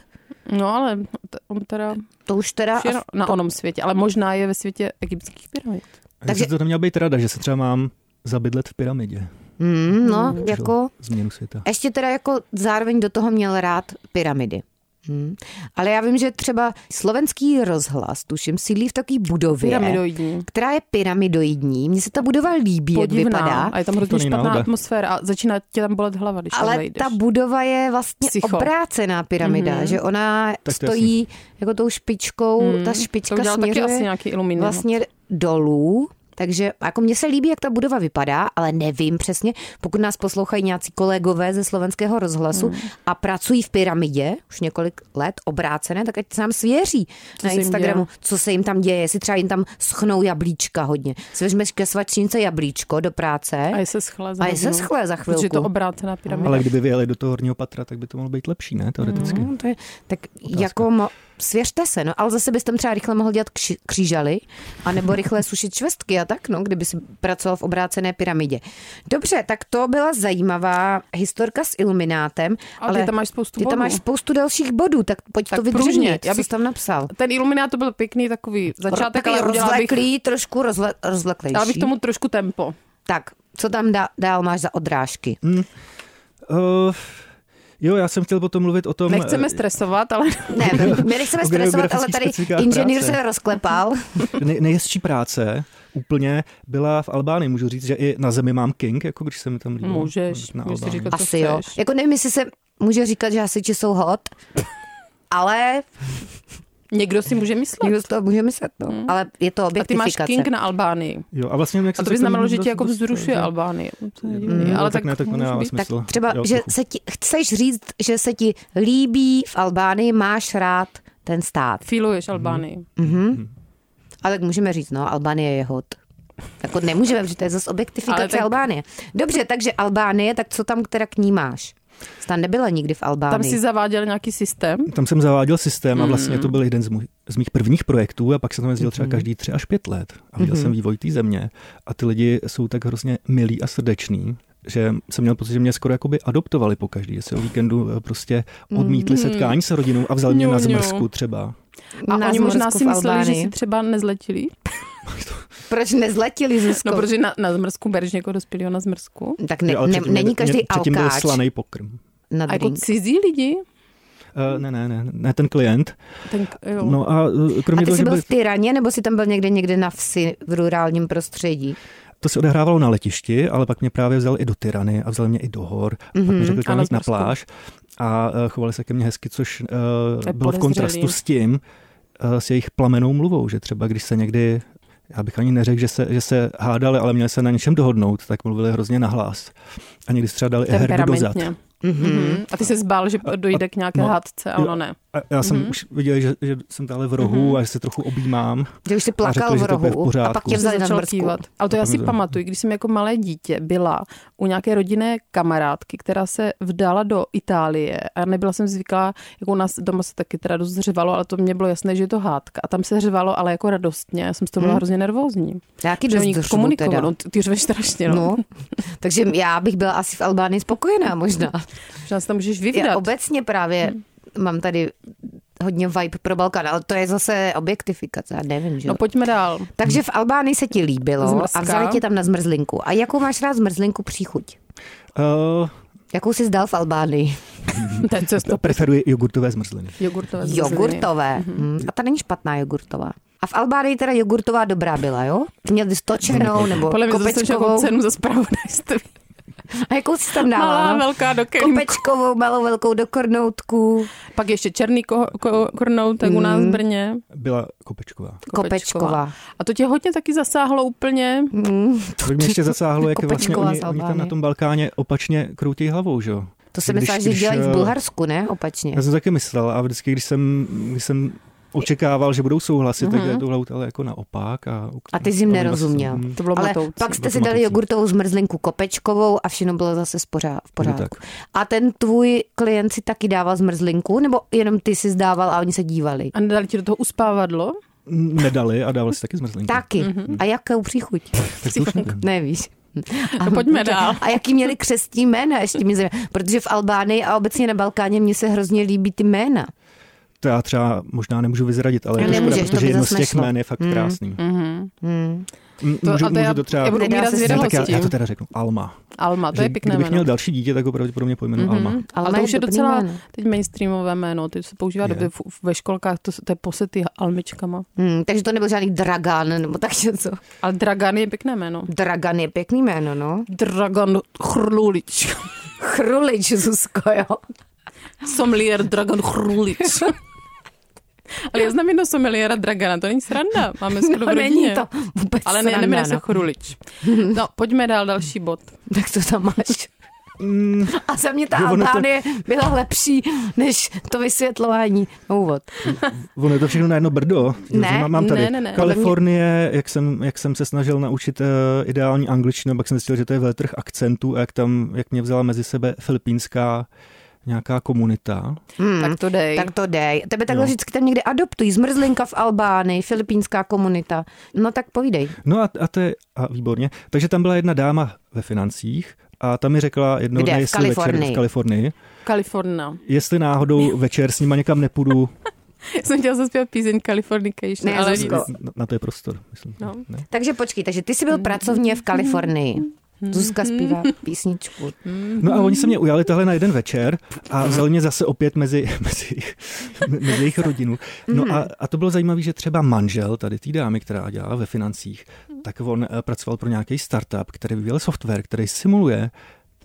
S3: No ale t- on teda
S4: To už teda...
S3: už je na- na onom světě, ale možná je ve světě egyptských pyramid.
S5: Takže
S4: Takže-
S5: to neměla být rada, že se třeba mám zabydlet v pyramidě.
S4: Mm, no,
S3: Mhm.
S4: jako...
S5: Změnu světa.
S4: Ještě teda jako zároveň do toho měl rád pyramidy. Hmm. Ale já vím, že třeba slovenský rozhlas, tuším, sídlí v takové budově,
S3: Pyramidoidní.
S4: která je pyramidoidní. Mně se ta budova líbí, jak
S3: Podivná.
S4: vypadá.
S3: A je tam hrozně
S5: To není
S3: špatná
S5: náhoda.
S3: atmosféra a začíná tě tam bolet hlava, když tam
S4: Ale
S3: vejdeš.
S4: ta budova je vlastně
S3: Psycho. Mhm.
S4: obrácená pyramida, mm-hmm. že ona
S5: to je
S4: stojí jako tou špičkou, mm, ta špička
S3: to udělal taky
S4: směřuje
S3: asi nějaký iluminátor.
S4: vlastně dolů. Takže jako mně se líbí, jak ta budova vypadá, ale nevím přesně, pokud nás poslouchají nějací kolegové ze slovenského rozhlasu
S3: Hmm.
S4: a pracují v pyramidě už několik let obrácené, tak ať se nám svěří
S3: Co
S4: na
S3: se jim
S4: Instagramu, co se jim tam děje, jestli třeba jim tam schnou jablíčka hodně. Svěřme ke svačince jablíčko do práce.
S3: A je se schle za
S4: A je se
S3: hodinu.
S4: schle za
S3: Protože je to
S4: chvilku.
S3: obrácená pyramida.
S5: Ale kdyby vyjeli do toho horního patra, tak by to mohlo být lepší, ne? Teoreticky.
S3: Mhm.
S4: No, to je, tak jako mo- svěřte se, no, ale zase bys tam třeba rychle mohl dělat kři- křížaly, anebo rychle sušit švestky a tak, no, kdyby si pracoval v obrácené pyramidě. Dobře, tak to byla zajímavá historka s iluminátem,
S3: Ale
S4: ale,
S3: ty tam máš spoustu
S4: ty tam
S3: bodů.
S4: máš spoustu dalších bodů, tak pojď
S3: Tak
S4: to
S3: pružně,
S4: vydřenit,
S3: já
S4: já
S3: bych-
S4: bych tam napsal.
S3: Ten iluminát to byl pěkný takový začátek,
S4: Takový
S3: ale udělala bych,
S4: rozvleklý, trošku rozle, rozvleklejší.
S3: dala bych tomu trošku tempo.
S4: Tak, co tam dá, dál máš za odrážky?
S5: Uh, jo, já jsem chtěl potom mluvit o tom...
S3: Nechceme
S5: eh,
S3: stresovat, ale
S4: Ne, my nechceme
S5: O
S4: stresovat, ale
S5: geografických
S4: tady
S5: specifikách
S4: inženýr
S5: práce.
S4: se rozklepal.
S5: Nej, nejhezčí práce úplně byla v Albánii. Můžu říct, že i na zemi mám King, jako když se mi tam líbilo.
S3: můžeš,
S5: Na
S3: můžeš si
S5: Albánii.
S3: říkat, co
S4: Asi jo.
S3: chceš.
S4: Jako nevím, jestli se může říkat, že hasiči jsou hot, ale
S3: Někdo si může myslet.
S4: někdo z toho může myslet, no. Hmm. Ale je to
S3: A ty máš
S4: objektifikace.
S3: king na Albánii.
S5: Jo, a vlastně... jak
S3: A
S5: jsem
S3: to
S5: se
S3: by
S5: k
S3: znamenalo,
S5: tomu
S3: že
S5: dost-
S3: tě jako
S5: dost-
S3: vzrušuje
S5: dost-
S3: Albánie. To je divný,
S5: No,
S3: Ale
S5: tak ne, tak to
S3: může
S5: nedává
S3: být.
S5: smysl.
S4: tak
S5: Mysl.
S4: třeba,
S5: Jo,
S4: že
S5: trochu.
S4: se ti, chceš říct, že se ti líbí v Albánii, máš rád ten stát.
S5: Mhm.
S3: Filuješ Albánii.
S4: Ale tak můžeme říct, no, Albánie je hot. Tak Jako nemůžeme, protože to je zase objektifikace
S3: Ale tak-
S4: Albánie. Dobře, takže Albánie, tak co tam teda k ní máš? Jsi Tam nebyla nikdy v Albánii.
S3: Tam si zaváděl nějaký systém?
S5: Tam jsem zaváděl systém a vlastně
S4: Mm.
S5: to byl jeden z, můj, z mých prvních projektů a pak jsem tam jezdil
S4: Mm-hmm.
S5: třeba každý tři až pět let a viděl jsem vývoj té země a ty lidi jsou tak hrozně milí a srdeční, že jsem měl pocit, že mě skoro jakoby adoptovali po každý, že se o víkendu eh, prostě odmítli
S4: Mm-hmm.
S5: setkání s rodinou a vzali mě
S3: Ňu,
S4: No,
S5: na
S3: ňu.
S5: zmrzku třeba.
S3: A
S4: Na
S3: oni možná
S4: Zmorsku
S3: si
S4: v
S3: mysleli, že
S4: Albánii.
S3: si třeba nezletili?
S4: Proč nezletili Zuzko?
S3: No, protože na, na zmrzku bereš někoho dospělého na zmrzku.
S4: Tak ne,
S5: Ale
S4: ne,
S5: předtím
S4: není
S5: mě-
S4: každý
S5: mě- Předtím byl
S4: alkáč
S5: slaný pokrm.
S4: na
S3: A jako
S4: drink.
S3: cizí lidi?
S5: Eh, Ne, ne, ne, ne ten klient.
S3: Ten, jo. No.
S5: No a eh,
S4: A
S5: kromě
S4: ty
S5: toho,
S4: jsi
S5: že
S4: byl
S5: byli,
S4: v Tyraně, nebo jsi tam byl někde někde na vsi v rurálním prostředí?
S5: to se odehrávalo na letišti, ale pak mě právě vzali i do Tyrany a vzali mě i do hor. Mm-hmm. Pak mě řekli
S3: Ano,
S5: kam jít na
S3: zmrzku.
S5: pláž a eh, chovali se ke mně hezky, což eh,
S3: je
S5: bylo v
S3: podezřelý.
S5: kontrastu s tím, eh, s jejich plamenou mluvou, že třeba když se někdy já bych ani neřekl, že se, že se hádali, ale měli se na něčem dohodnout, tak mluvili hrozně nahlas. A někdy třeba dali i herbu do zad.
S3: Temperamentně.
S5: Mhm.
S4: Mhm.
S3: Mm-hmm. A ty se zbál, že dojde k nějaké
S5: no,
S3: hádce, a
S5: jo.
S3: ono ne.
S5: A já jsem
S3: Mhm.
S5: mm-hmm. už viděl, že, že jsem dále v rohu mm-hmm. a že se trochu objímám.
S4: Že už si plakal
S5: řekli,
S4: v
S5: že to bude v
S4: rohu a
S5: pořádku.
S4: pak tě
S3: Že
S4: vzali na
S3: začal
S4: mrzku.
S3: kývat. Ale to já si
S5: Pamatuju.
S3: pamatuju, když jsem jako malé dítě byla u nějaké rodinné kamarádky, která se vdala do Itálie a nebyla jsem zvyklá, jako u nás doma se taky teda dost řvalo, ale to mě bylo jasné, že je to hádka. A tam se řvalo, ale jako radostně, já jsem z toho
S4: Mhm.
S3: byla hrozně nervózní.
S4: Nějaký
S3: Že oni
S4: dost řvu
S3: komunikovali,
S4: teda.
S3: no, ty řveš strašně, no.
S4: No, takže já bych byla asi v Albánii spokojená možná.
S3: Možná se tam můžeš
S4: Já
S3: vyvdat.
S4: obecně právě
S3: Mhm.
S4: mám tady hodně vibe pro Balkán, ale to je zase objektifikace, já nevím, že jo.
S3: No pojďme dál.
S4: Takže v Albánii se ti líbilo
S3: Zmrzka.
S4: a vzali tě tam na zmrzlinku. A jakou máš rád zmrzlinku příchuť?
S5: Uh,
S4: Jakou jsi zdal v Albánii?
S3: To je cesto.
S5: preferuji jogurtové zmrzliny.
S3: Jogurtové zmrzliny.
S4: Jogurtové.
S3: Mhm.
S4: Mm. A ta není špatná jogurtová. A v Albánii teda jogurtová dobrá byla, jo? Měl stočenou nebo
S3: Podle mě zase
S4: kopečkovou.
S3: nějakou cenu za spravodajství.
S4: A jakou jsi tam dala? no?
S3: Malá, velká do kelímku.
S4: Kopečkovou, malou, velkou do kornoutku.
S3: Pak ještě černý ko- ko- kornoutek u nás v Brně.
S5: Byla kopečková.
S4: Mm. Kopečková. Mm.
S3: A to tě hodně taky zasáhlo úplně.
S5: To by mě ještě zasáhlo, jak vlastně
S4: Kopečková
S5: oni,
S4: z
S5: oni tam na
S4: Albánie.
S5: tom Balkáně opačně kroutí hlavou, že jo?
S4: To jsem
S5: Když-
S4: myslela, že
S5: když,
S4: dělají v
S5: eh,
S4: Bulharsku, ne? Opačně.
S5: Já jsem taky myslel a vždycky, když jsem, když jsem očekával, že budou souhlasit, mm-hmm. tak je to hlavu ale jako naopak. A,
S4: Mhm. A ty jsi jim
S5: a oni
S4: nerozuměl.
S5: vlastně-
S3: To bylo
S4: Ale
S3: matoucí.
S4: pak jste
S5: Bylo
S4: si
S5: to
S4: dali
S5: matoucí.
S4: jogurtovou zmrzlinku kopečkovou a všechno bylo zase spořád, v pořádku.
S5: tak.
S4: A ten tvůj klient si taky dával zmrzlinku, nebo jenom ty si zdával a oni se dívali?
S3: A nedali ti do toho uspávadlo?
S5: Mm, Nedali a dávali si taky zmrzlinku.
S4: Taky.
S3: Mhm.
S4: A jakou příchuť?
S5: tak to už nevím.
S4: Nevíš.
S3: No pojďme dál.
S4: A jaký měli křestní jména ještě mě zajímá. Protože v Albánii a obecně na Balkáně mně se hrozně líbí ty jména.
S5: To já třeba možná nemůžu vyzradit, ale je to
S4: Nemůžeš, to Mhm.
S5: škoda,
S4: by
S5: protože jedno
S4: zas
S5: z těch
S4: nešlo.
S5: jmén je fakt krásný. Mm-hmm.
S3: Mhm.
S4: Mhm.
S3: To-
S5: Můžu,
S3: a to já-
S5: můžu to třeba...
S3: já budu
S4: Nedá
S3: umírat
S4: se
S3: z
S5: Ne, tak já,
S3: vědavosti.
S5: já to teda řeknu. Alma.
S3: Alma, to
S5: Že
S3: je pěkné
S5: Kdybych měl
S3: jméno.
S5: další dítě, tak ho pravděpodobně pojmenuji mm-hmm. Alma.
S3: Ale to
S4: Mhm. je
S3: už je
S4: dobrý
S3: docela
S4: jméno.
S3: teď mainstreamové jméno, teď se používá dobře v- v- ve školkách, to, s- to je posety almičkama.
S4: Hmm, takže to nebyl žádný Dragan, nebo tak něco.
S3: Ale Dragan je pěkné jméno.
S4: Dragan je pěkný jméno, no.
S3: Dragan Chrlulič.
S4: Chrulič, Zuzko, jo.
S3: Somelier Dragan Chrlulič. Ale já znám jedno someliéra Dragana, to není sranda. Máme skoro
S4: No,
S3: v
S4: není
S3: rodině.
S4: to vůbec
S3: Ale ne,
S4: sranda,
S3: nemenuje se
S4: no.
S3: Chrulič. No, pojďme dál, další bod.
S4: Tak to tam máš. A za mě ta
S5: Mm. Jo, ono to-
S4: Albánie byla lepší než to vysvětlování na úvod.
S5: Ono je to všechno na jedno brdo.
S4: Ne,
S5: mám, mám
S3: ne,
S5: tady.
S3: ne, ne.
S5: Kalifornie, jak jsem, jak jsem se snažil naučit uh, ideální angličtinu, pak jsem zjistil, že to je veletrh akcentů a jak, tam, jak mě vzala mezi sebe filipínská nějaká komunita.
S4: Hmm.
S3: Tak to dej.
S4: Tak to dej. Tebe takhle
S5: Jo.
S4: vždycky tam někde adoptují. Zmrzlinka v Albánii, filipínská komunita. No tak povídej.
S5: No a, a to je a výborně. Takže tam byla jedna dáma ve financích a ta mi řekla jednou
S4: Kde?
S5: dne,
S4: V
S5: jestli večer
S4: Kalifornii.
S5: v Kalifornii,
S3: Kalifornia.
S5: jestli náhodou večer s nima někam nepůjdu,
S3: Já jsem chtěla zaspívat pízeň Californication,
S4: Ne,
S3: ale
S4: Zuzko.
S3: nic.
S5: na, na to je prostor. Myslím.
S3: No.
S5: Ne?
S4: Takže počkej, takže ty jsi byl pracovně v Kalifornii. Zuzka zpívá písničku.
S5: No a oni se mě ujali tahle na jeden večer a vzali mě zase opět mezi, mezi, jejich- mezi jejich rodinu. No a, a to bylo zajímavé, že třeba manžel tady té dámy, která dělala ve financích, tak on eh, pracoval pro nějaký startup, který vyvíjel software, který simuluje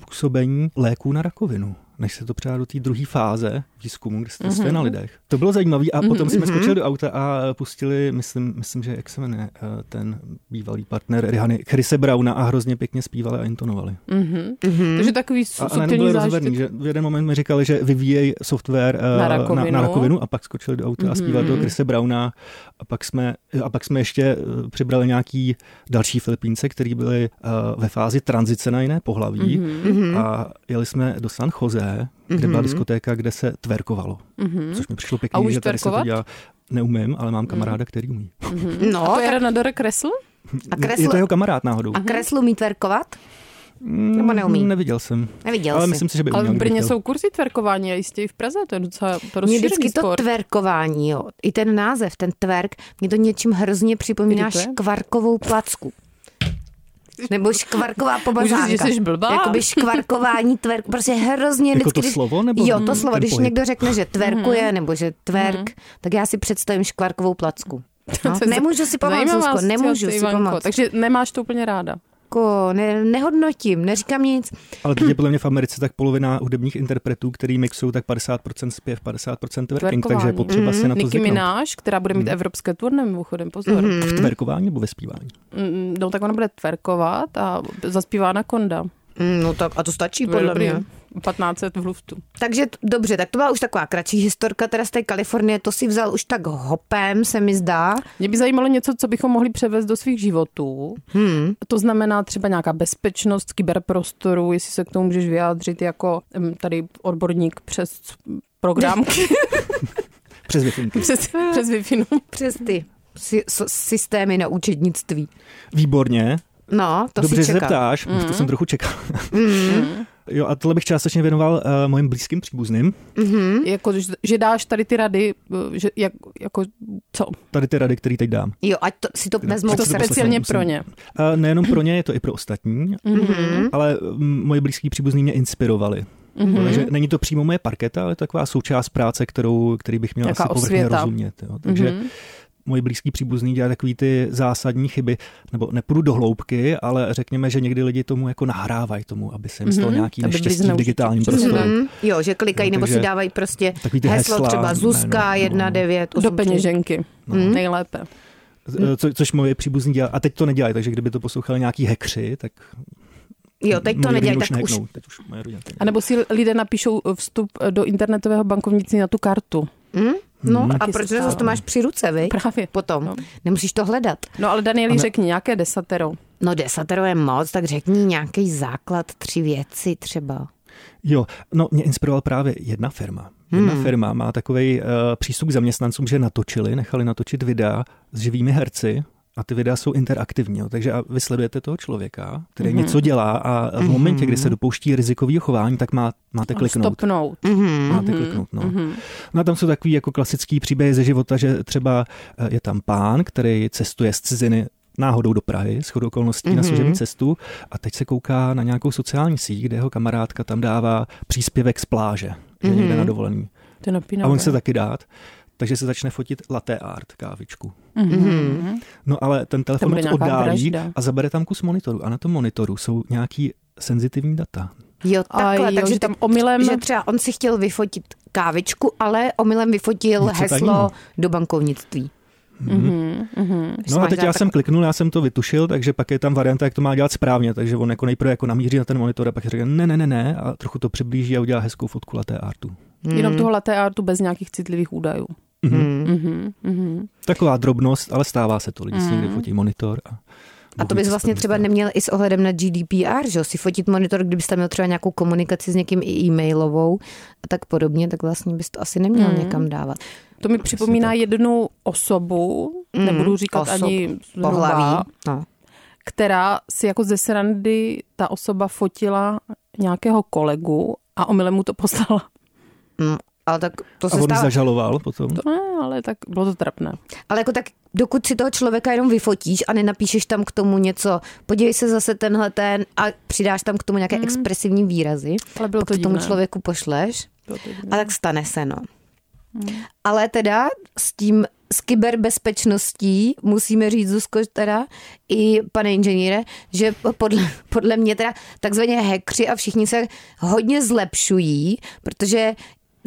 S5: působení léků na rakovinu. než se to předá do té druhé fáze výzkumu, kde se testuje mm-hmm. na lidech. To bylo zajímavé a potom jsme skočili do auta a pustili, myslím, myslím že jak se jmenuje, eh, ten bývalý partner Rihany, Chrise Brauna a hrozně pěkně zpívali a intonovali.
S3: Mm-hmm.
S4: Mhm.
S3: Mm-hmm. Takže takový
S5: A, a najednou byli
S3: subtilní
S5: rozvedení,
S3: zážitek.
S5: že v jeden moment mi říkali, že vyvíjejí software eh,
S3: Na
S5: Na,
S3: rakovinu. Mhm.
S5: na rakovinu a pak skočili do auta a zpívali do Chrise Brauna a pak jsme, a pak jsme ještě eh, přibrali nějaký další Filipínce, který byli eh, ve fázi tranzice na jiné pohlaví
S3: Mhm.
S5: mm-hmm. a jeli jsme do San Jose, kde mm-hmm. byla diskotéka, kde se tverkovalo, mm-hmm. což mi přišlo pěkný,
S3: Mhm. A umíš Mhm.
S5: že tady se to
S3: twerkovat?
S5: dělá. Neumím, ale mám kamaráda, který umí.
S4: No,
S3: To je
S4: tak
S3: Renador Kresl?
S4: a
S5: Je
S4: kreslu,
S5: to jeho kamarád náhodou.
S4: a kreslu umí tverkovat?
S5: Mm,
S4: nebo neumí?
S5: Neviděl jsem.
S4: Neviděl
S5: Ale
S4: jsi.
S5: myslím si, že by
S3: Ale v
S5: uměl. kdyby
S3: Brně
S5: chtěl.
S3: jsou kurzy tverkování a jistě i v Praze, to je docela to
S4: Mě
S3: rozšířený
S4: vždycky to
S3: sport.
S4: tverkování, jo. I ten název, ten tverk, mě to něčím hrozně připomíná
S3: Kdy to je?
S4: škvarkovou placku. Nebo škvarková
S3: Můžu říct,
S4: pomazánka.
S3: že jsi blbá?
S4: Jakoby škvarkování, tverk, prostě hrozně
S5: Jako
S4: vždycky,
S5: to
S4: když-
S5: slovo, nebo
S4: Jo, to
S5: ten
S4: slovo, když
S5: pohyb?
S4: někdo řekne, že tverkuje,
S3: Mhm.
S4: nebo že tverk, tak já si představím škvarkovou placku. No,
S3: To je
S4: nemůžu si pomoct,
S3: zajímavá
S4: Zuzko,
S3: situace,
S4: nemůžu si
S3: Ivanko.
S4: pomoct.
S3: Takže nemáš to úplně ráda.
S4: Ko, ne, nehodnotím, neříkám nic.
S5: Ale teď je podle mě v Americe tak polovina hudebních interpretů, který mixují tak 50% zpěv, 50% twerking,
S3: Twerkování. Mhm.
S5: takže je potřeba si na to
S3: Nicky
S5: zvyknout. Mm-hmm.
S3: Mináš, Mm-hmm. která bude mít evropské turné, mimochodem, pozor. Mm-hmm.
S5: V twerkování nebo ve zpívání?
S3: No tak ona bude tverkovat a zaspívá na konda.
S4: Mm, No tak a to stačí
S3: To bude dobrý. 1500 v luftu.
S4: Takže t- dobře, tak to byla už taková kratší historka teda z té Kalifornie, to si vzal už tak hopem, se mi zdá.
S3: Mě by zajímalo něco, co bychom mohli převést do svých životů.
S4: Hmm.
S3: To znamená třeba nějaká bezpečnost kyberprostoru, jestli se k tomu můžeš vyjádřit jako em, tady odborník přes programky,
S5: Přes věfinky.
S3: přes, přes Wi-Fi. no.
S4: Přes ty sy- so- systémy na účetnictví.
S5: Výborně.
S4: No, to
S5: Dobře,
S4: si
S5: že
S4: čekal.
S5: zeptáš. Mm. To jsem trochu čekal. jo, a tohle bych částečně věnoval uh, mojim blízkým příbuzným.
S3: Jako, že- že dáš tady ty rady, že, jak, jako co?
S5: Tady ty rady, které teď dám.
S4: Jo, ať to, si to vezmou
S5: Že
S3: To
S4: srdce.
S5: to poslouchám,
S3: speciálně
S5: musím.
S3: pro ně.
S5: Uh, nejenom pro ně, je to i pro ostatní,
S4: Mhm.
S5: mm-hmm. ale mm, moji blízký příbuzní mě inspirovali.
S4: Mhm.
S5: Mm-hmm. Že není to přímo moje parketa, ale je to taková součást práce, kterou, který bych měl
S3: Jaká
S5: asi povrchně
S3: osvěta.
S5: rozumět. Jo. Takže
S4: Mhm.
S5: mm-hmm. moji blízký příbuzný dělá takový ty zásadní chyby, nebo nepůjdu do hloubky, ale řekněme, že někdy lidi tomu jako nahrávají tomu, aby se jim stalo mm-hmm. nějaký
S3: Aby byli
S5: neštěstí v
S3: zneužití.
S5: digitálním
S3: Přesně
S5: prostoru.
S4: Mhm. Jo, že klikají,
S5: Jo,
S4: nebo si
S5: No, takže
S4: dávají prostě
S5: takový ty
S4: heslo
S5: hesla,
S4: třeba
S5: ne,
S4: Zuzka
S5: no, no.
S4: 19.
S3: Do peněženky. Hm? Nejlépe.
S4: Mhm.
S5: Z- Co, což moje příbuzní dělá. A teď to nedělají, takže kdyby to poslouchali nějaký hekři, tak
S4: Jo, teď to
S5: moji rodinu
S4: nedělají,
S5: už
S4: tak už
S5: neheknou. Teď už moje rodina. to
S3: A nebo si lidé napíšou eh, vstup do internetového bankovnictví na tu kartu.
S5: Hmm.
S4: No a
S3: Taky
S4: proč
S3: se No.
S4: ne, zase
S3: stává.
S4: to máš při ruce, vy?
S3: Právě.
S4: Potom. Nemusíš to hledat.
S3: No ale Danieli, řekni nějaké desatero.
S4: No desatero je moc, tak řekni nějaký základ, tři věci třeba.
S5: Jo, no mě inspiroval právě jedna firma. Jedna hmm. firma má takový uh, přístup k zaměstnancům, že natočili, nechali natočit videa s živými herci a ty videa jsou interaktivní, jo. takže a vy sledujete toho člověka, který hmm. něco dělá a v momentě, kdy se dopouští rizikového chování, tak má, máte kliknout.
S3: Stopnout.
S4: Mhm.
S5: Máte kliknout, no. no a tam jsou takový jako klasický příběhy ze života, že třeba eh, je tam pán, který cestuje z ciziny náhodou do Prahy, s chodou okolností mm-hmm. na služební cestu a teď se kouká na nějakou sociální síť, kde jeho kamarádka tam dává příspěvek z pláže, že mm-hmm. někde na dovolení.
S3: To je
S5: A
S3: napínavé.
S5: on se taky dát, takže se začne fotit latte art kávičku.
S3: Mhm.
S5: No ale ten telefon
S3: bude
S5: moc
S3: nějaká
S5: oddálí
S3: vražda.
S5: a zabere tam kus monitoru a na tom monitoru jsou nějaký senzitivní data.
S4: Jo, takhle,
S3: A jo,
S4: takže
S3: že
S4: ty-
S3: tam omylem...
S4: Že třeba on si chtěl vyfotit kávičku, ale omylem vyfotil
S5: Něco
S4: heslo
S5: tajného.
S4: do bankovnictví.
S3: Mhm.
S5: No a
S4: Smaždá
S5: teď já
S4: tak-
S5: jsem kliknul, já jsem to vytušil, takže pak je tam varianta, jak to má dělat správně, takže on jako nejprve jako namíří na ten monitor a pak řekne ne, ne, ne, ne a trochu to přiblíží a udělá hezkou fotku laté artu.
S3: Jenom toho latte artu bez nějakých citlivých údajů.
S5: Taková drobnost, ale stává se to, lidi si
S4: Mm.
S5: někdy fotí monitor. A,
S4: A to bys vlastně třeba neměl i s ohledem na GDPR, že jo? si fotit monitor, kdybys tam měl třeba nějakou komunikaci s někým i e-mailovou a tak podobně, tak vlastně bys to asi neměl
S3: Hmm.
S4: někam dávat.
S3: To mi připomíná jednu osobu, nebudu říkat
S4: osob,
S3: ani
S4: Pohlaví.
S3: zhruba,
S4: No.
S3: která si jako ze srandy ta osoba fotila nějakého kolegu a omylem mu to poslala.
S4: Mm, ale tak to
S5: A
S4: se
S5: on
S4: stává.
S5: zažaloval potom.
S3: To ne, ale tak bylo to trapné.
S4: Ale jako tak, dokud si toho člověka jenom vyfotíš a nenapíšeš tam k tomu něco, podívej se zase tenhle ten a přidáš tam k tomu nějaké
S3: Hmm.
S4: expresivní výrazy,
S3: Ale bylo
S4: pak
S3: to
S4: to tomu
S3: divné.
S4: člověku pošleš
S3: Bylo to divné. Hmm.
S4: a tak stane se, no. Ale teda s tím s kyberbezpečností musíme říct, Zuzko, teda i pane inženýre, že podle, podle mě teda takzvaně hackři a všichni se hodně zlepšují, protože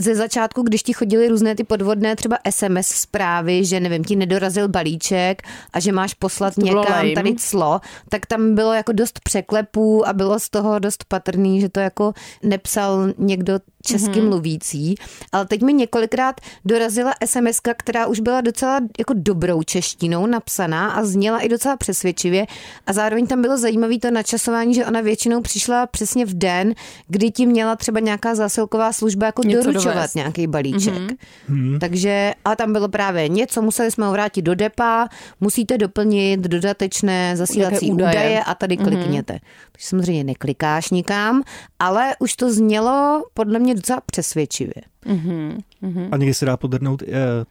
S4: ze začátku, když ti chodili různé ty podvodné třeba SMS zprávy, že nevím, ti nedorazil balíček a že máš poslat
S3: To bylo
S4: někam
S3: lame.
S4: tady clo, tak tam bylo jako dost překlepů a bylo z toho dost patrný, že to jako nepsal někdo česky
S3: Mhm.
S4: mluvící. Ale teď mi několikrát dorazila SMS, která už byla docela jako dobrou češtinou napsaná a zněla i docela přesvědčivě. A zároveň tam bylo zajímavé to načasování, že ona většinou přišla přesně v den, kdy ti měla třeba nějaká zásilková služba jako
S3: Něco
S4: doručovat
S3: dovést.
S4: nějaký balíček.
S3: Mhm.
S4: Mm-hmm. Takže, a tam bylo právě něco, museli jsme ho vrátit do depa, musíte doplnit dodatečné zasílací
S3: údaje.
S4: údaje.
S3: Mhm.
S4: údaje a tady klikněte. Mm-hmm. Takže samozřejmě neklikáš nikam, ale už to znělo podle mě docela přesvědčivě.
S5: A někdy se dá podhrnout, eh,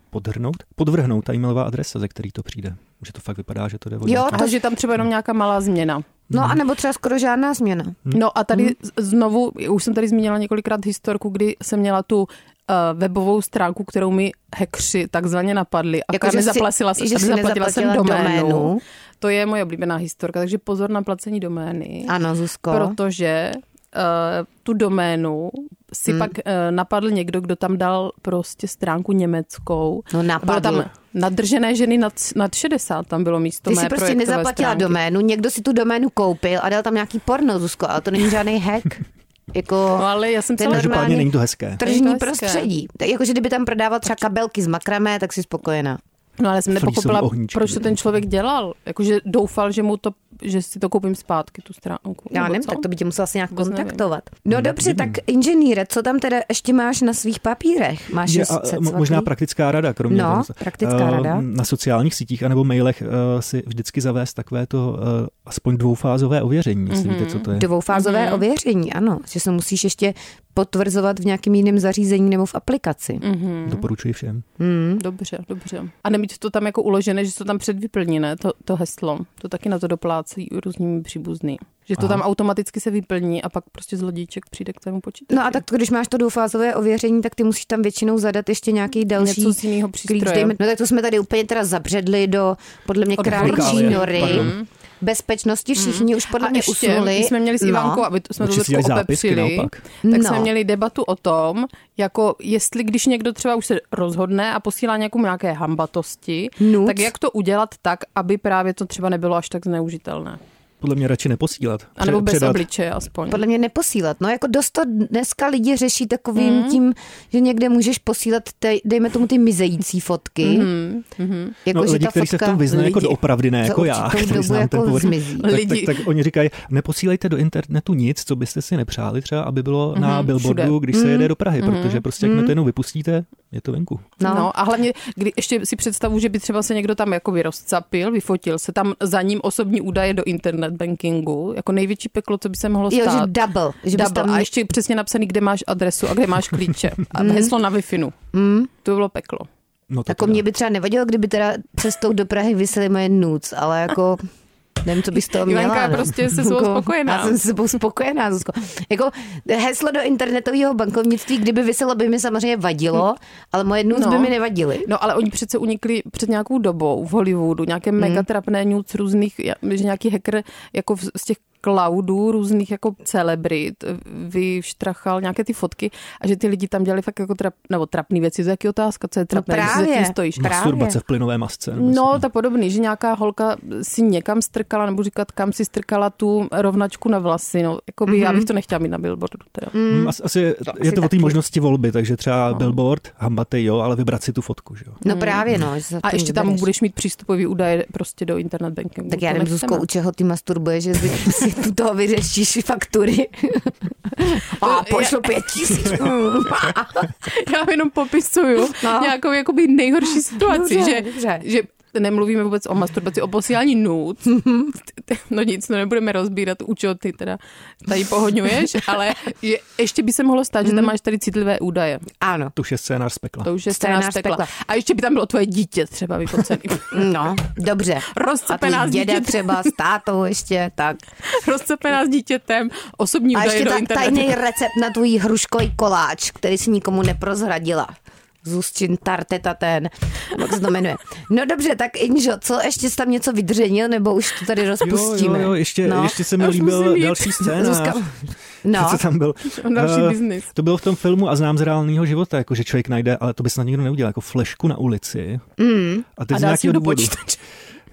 S5: podhrnout, podvrhnout ta e-mailová adresa, ze který to přijde. Že to fakt vypadá, že to jde o
S4: Jo,
S5: nějaký-
S3: A že tam třeba jenom nějaká malá změna.
S4: No a nebo třeba skoro žádná změna.
S3: No a tady z- znovu, už jsem tady zmínila několikrát historku, kdy jsem měla tu eh, webovou stránku, kterou mi hekři takzvaně napadli. A
S4: Jako,
S3: jako,
S4: že si-
S3: nezaplatila,
S4: že
S3: jsem,
S4: jsi
S3: nezaplatila jsem
S4: nezaplatila
S3: doménu.
S4: doménu.
S3: To je moje oblíbená historka, takže pozor na placení domény.
S4: Ano, Zuzko.
S3: Protože uh, tu doménu si hmm. pak uh, napadl někdo, kdo tam dal prostě stránku německou.
S4: No, napadl.
S3: Bylo tam nadržené ženy nad, nad 60, tam bylo místo
S4: Ty
S3: mé
S4: jsi prostě
S3: projektové
S4: nezaplatila
S3: stránky.
S4: doménu, někdo si tu doménu koupil a dal tam nějaký porno, Zuzko, ale to není žádný hack. Jako,
S3: No ale já jsem
S4: Ten
S3: celá
S5: Každopádně
S4: normální-
S5: není to hezké.
S4: tržní
S3: hezké.
S4: prostředí. Tak Jakože kdyby tam prodával třeba kabelky z makramé, tak si spokojená.
S3: No ale jsem
S5: Frýsový
S3: nepochopila,
S5: ohníčky.
S3: proč to ten člověk dělal. Jakože doufal, že mu to, že si to koupím zpátky, tu stránku.
S4: Já
S3: Nebo
S4: nevím,
S3: co?
S4: tak to by tě musela asi nějak
S3: Vůbec nevím.
S4: kontaktovat. No dobře, tak inženýre, co tam teda ještě máš na svých papírech? Máš
S5: Je,
S4: je,
S5: a, mo- možná praktická rada, kromě
S4: No,
S5: toho,
S4: praktická
S5: eh,
S4: rada.
S5: Na sociálních sítích anebo mailech eh, si vždycky zavést takové to eh, aspoň dvoufázové ověření, jestli víte, co to je.
S4: Dvoufázové
S3: Mhm.
S4: mm-hmm. ověření, ano. Že se musíš ještě potvrzovat v nějakém jiném zařízení nebo v aplikaci.
S3: Mm.
S4: Mm-hmm. Hmm.
S5: Doporučuji všem.
S3: Dobře, dobře. A nemít to tam jako uložené, že se to tam předvyplní, ne? To, to heslo. To taky na to doplácí různými příbuzný. Že to tam automaticky se vyplní a pak prostě zlodíček přijde k tvému počítači.
S4: No a tak když máš to dvoufázové ověření, tak ty musíš tam většinou zadat ještě nějaký další
S3: Něco z jinýho
S4: klíč.
S3: přístroje.
S4: Dejme, no tak to jsme tady úplně teda zabředli do, podle mě,
S3: Od Mm.
S4: králičí
S5: chemikálie,
S4: nory.
S5: pardon.
S4: Bezpečnosti všichni už podle
S3: a
S4: mě
S3: ještě,
S4: usnuli.
S3: my jsme měli s Ivankou, aby to, jsme to
S5: Určitě si
S3: trošku
S5: dělají zápisky
S3: opepřili,
S5: naopak.
S3: tak
S4: No.
S3: jsme měli debatu o tom, jako jestli když někdo třeba už se rozhodne a posílá nějakou nějaké hambatosti,
S4: Nuc.
S3: tak jak to udělat tak, aby právě to třeba nebylo až tak zneužitelné.
S5: Podle mě radši neposílat.
S3: A nebo
S5: Pře-
S3: bez
S5: předat.
S3: obličeje aspoň.
S4: podle mě neposílat. No jako dost to dneska lidi řeší takovým
S3: Hmm.
S4: mm. tím, že někde můžeš posílat, te, dejme tomu ty mizející fotky.
S3: Mhm,
S4: Mm. Jako,
S5: No,
S4: že
S5: lidi,
S4: ta
S5: kteří
S4: fotka
S5: se v tom vyznají jako
S3: lidi.
S5: doopravdy, ne
S4: Za
S5: jako já,
S4: určitou
S5: který
S4: dobu
S5: znám ten
S4: jako
S5: původ.
S4: zmizí.
S5: Tak,
S3: Lidi.
S5: tak, tak oni říkají, neposílejte do internetu nic, co byste si nepřáli třeba, aby bylo
S4: Mhm,
S5: na billboardu,
S3: všude.
S5: když se jede do Prahy, protože prostě jak to jenom vypustíte, je to venku.
S4: No.
S3: No. no a hlavně, kdy ještě si představu, že by třeba se někdo tam jakoby rozcapil, vyfotil se tam za ním osobní údaje do internet bankingu, jako největší peklo, co by se mohlo
S4: Jo,
S3: stát.
S4: že double. Že bys
S3: Double.
S4: tam-
S3: A ještě přesně napsaný, kde máš adresu a kde máš klíče. A
S4: Mhm.
S3: heslo na wi To bylo peklo.
S5: No to
S4: Jako
S5: teda.
S4: mě by třeba nevadilo, kdyby teda cestou do Prahy vysely moje nuc, ale jako nevím, co bych z toho měla.
S3: Ivanka je
S4: no.
S3: prostě se svou
S4: Jako,
S3: spokojená.
S4: Já jsem se sebou spokojená, Zuzko. Jako heslo do internetového bankovnictví, kdyby vyselo, by mi samozřejmě vadilo, ale moje nuc
S3: Hm. No.
S4: by mi nevadily.
S3: No ale oni přece unikli před nějakou dobou v Hollywoodu, nějaké hmm. megatrapné news různých, že nějaký hacker jako v- z těch cloudů různých jako celebrit vyštrachal nějaké ty fotky a že ty lidi tam dělali fakt jako trap, nebo trapný věci, to je jaký otázka, co je trapné, když
S4: No právě,
S3: si zatím stojíš.
S5: Masturbace v plynové masce. nebo jestli-
S3: No, ta podobný, že nějaká holka si někam strkala, nebo říkat, kam si strkala tu rovnačku na vlasy. No, jakoby, mm-hmm. já
S4: Mhm.
S3: bych to nechtěla mít na billboardu. Teda.
S5: Mm, asi, asi je
S4: asi
S5: to o té
S4: taky.
S5: možnosti volby, takže třeba billboard, hambatej, jo, ale vybrat si tu fotku, že jo.
S4: No právě, no. Že se
S3: Hm. A
S4: tím
S3: ještě tam
S4: vybereš.
S3: budeš mít přístupový údaje prostě do internet bankingu.
S4: Tak já
S3: To
S4: nevím,
S3: nechceme.
S4: Zuzko, u čeho ty masturbuješ, že si- si tu toho vyřešíš faktury. A pošlu pět tisíc.
S3: Já jenom popisuju
S4: No.
S3: no. nějakou jakoby nejhorší situaci,
S4: Dobře,
S3: že,
S4: dobře.
S3: že nemluvíme vůbec o masturbaci, o posílání nut. No nic, no nebudeme rozbírat, u čeho ty teda tady pohodňuješ, ale je, ještě by se mohlo stát, že
S4: Mhm.
S3: tam máš tady citlivé údaje.
S4: Ano.
S5: To už je scénář z pekla.
S3: To už je
S4: Scénář
S3: scénář pekla.
S4: pekla.
S3: A ještě by tam bylo tvoje dítě třeba vyfocený.
S4: No, dobře.
S3: Rozcepená
S4: A
S3: z
S4: tvůj děda
S3: dítěte.
S4: třeba s tátou ještě, tak.
S3: Rozcepená s dítětem, osobní
S4: A
S3: údaje
S4: ještě
S3: do
S4: ta,
S3: internetu.
S4: tajný recept na tvůj hruškový koláč, který si nikomu neprozradila. Zusčin Tartetaten, jak se to jmenuje. No dobře, tak Inžo, co ještě jsi tam něco vydřenil, nebo už to tady rozpustíme?
S5: Jo, jo, jo ještě,
S4: no.
S5: no. ještě se mi
S3: Já už
S5: líbil
S3: musím jít.
S5: další scénář.
S4: Zuzka, no,
S5: Co tam byl?
S3: Další
S5: Eh,
S3: biznis.
S5: To bylo v tom filmu a znám z reálného života, jako že člověk najde, ale to by snad nikdo neudělal, jako flešku na ulici. Mm. A teď
S3: A
S5: z
S3: dá si ho
S5: nějakého
S3: do
S5: důvodu.
S3: počítače.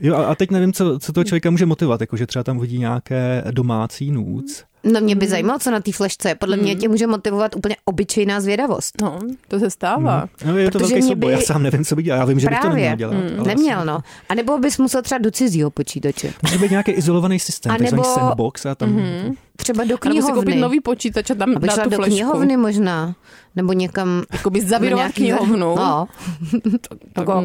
S5: Jo, a a teď nevím, co, co toho člověka může motivovat, jako že třeba tam vidí nějaké domácí nůc.
S4: no mě
S3: Hmm.
S4: by zajímalo, co na té flešce je. Podle mě tě může motivovat úplně obyčejná zvědavost.
S3: No, to se stává.
S5: No, je to
S4: Protože
S5: velký
S4: mě
S5: souboj,
S4: by-
S5: já sám nevím, co by dělal, já vím, že bych to
S4: Právě.
S5: neměl
S3: Hmm.
S5: dělat. ale vlastně.
S4: Neměl, no. A nebo bys musel třeba do cizího počítače.
S5: Může být nějaký izolovaný systém,
S4: A
S5: takzvaný
S4: nebo- Mhm.
S5: sandbox a tam... Mm-hmm.
S4: Třeba do
S3: A Nebo si koupit
S4: knihovny.
S3: nový počítač a tam
S4: Abych
S3: dát
S4: šla
S3: tu
S4: do
S3: flešku.
S4: knihovny možná. Nebo někam...
S3: Jakoby
S4: na
S3: zavirovat
S4: nějaký-
S3: knihovnu.
S4: No,
S3: Jako,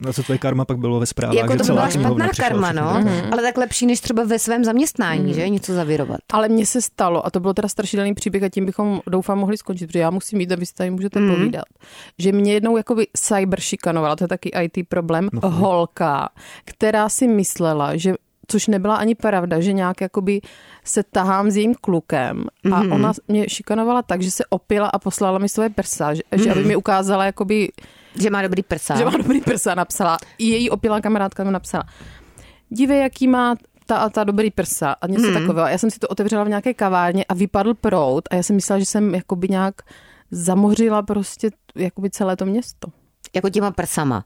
S5: No co tvoje karma pak bylo ve zprávách,
S4: jako
S5: že
S4: to by
S5: celá
S4: byla
S5: knihovna
S4: špatná
S5: přišla
S4: karma,
S5: všechno Mhm.
S4: no.
S5: tak.
S3: Mhm.
S4: Ale tak lepší, než třeba ve svém zaměstnání, že? Něco zavirovat.
S3: ale mně se stalo, a to byl teda strašidelný příběh a tím bychom doufám mohli skončit, protože já musím jít, abyste tady můžete mm. povídat, že mě jednou jakoby cyber šikanovala, to je taky IT problém, no. holka, která si myslela, že což nebyla ani pravda, že nějak jakoby se tahám s jejím klukem a mm-hmm. ona mě šikanovala tak, že se opila a poslala mi svoje prsa, že, mm-hmm. že aby mi ukázala jakoby
S4: Že má dobrý prsa.
S3: že má dobrý prsa, napsala. I její opilá kamarádka to napsala. Dívej, jaký má ta a ta dobrý prsa a
S4: Hmm.
S3: něco mm. takového. Já jsem si to otevřela v nějaké kavárně a vypadl prout a já jsem myslela, že jsem jakoby nějak zamořila prostě jakoby celé to město.
S4: Jako těma prsama.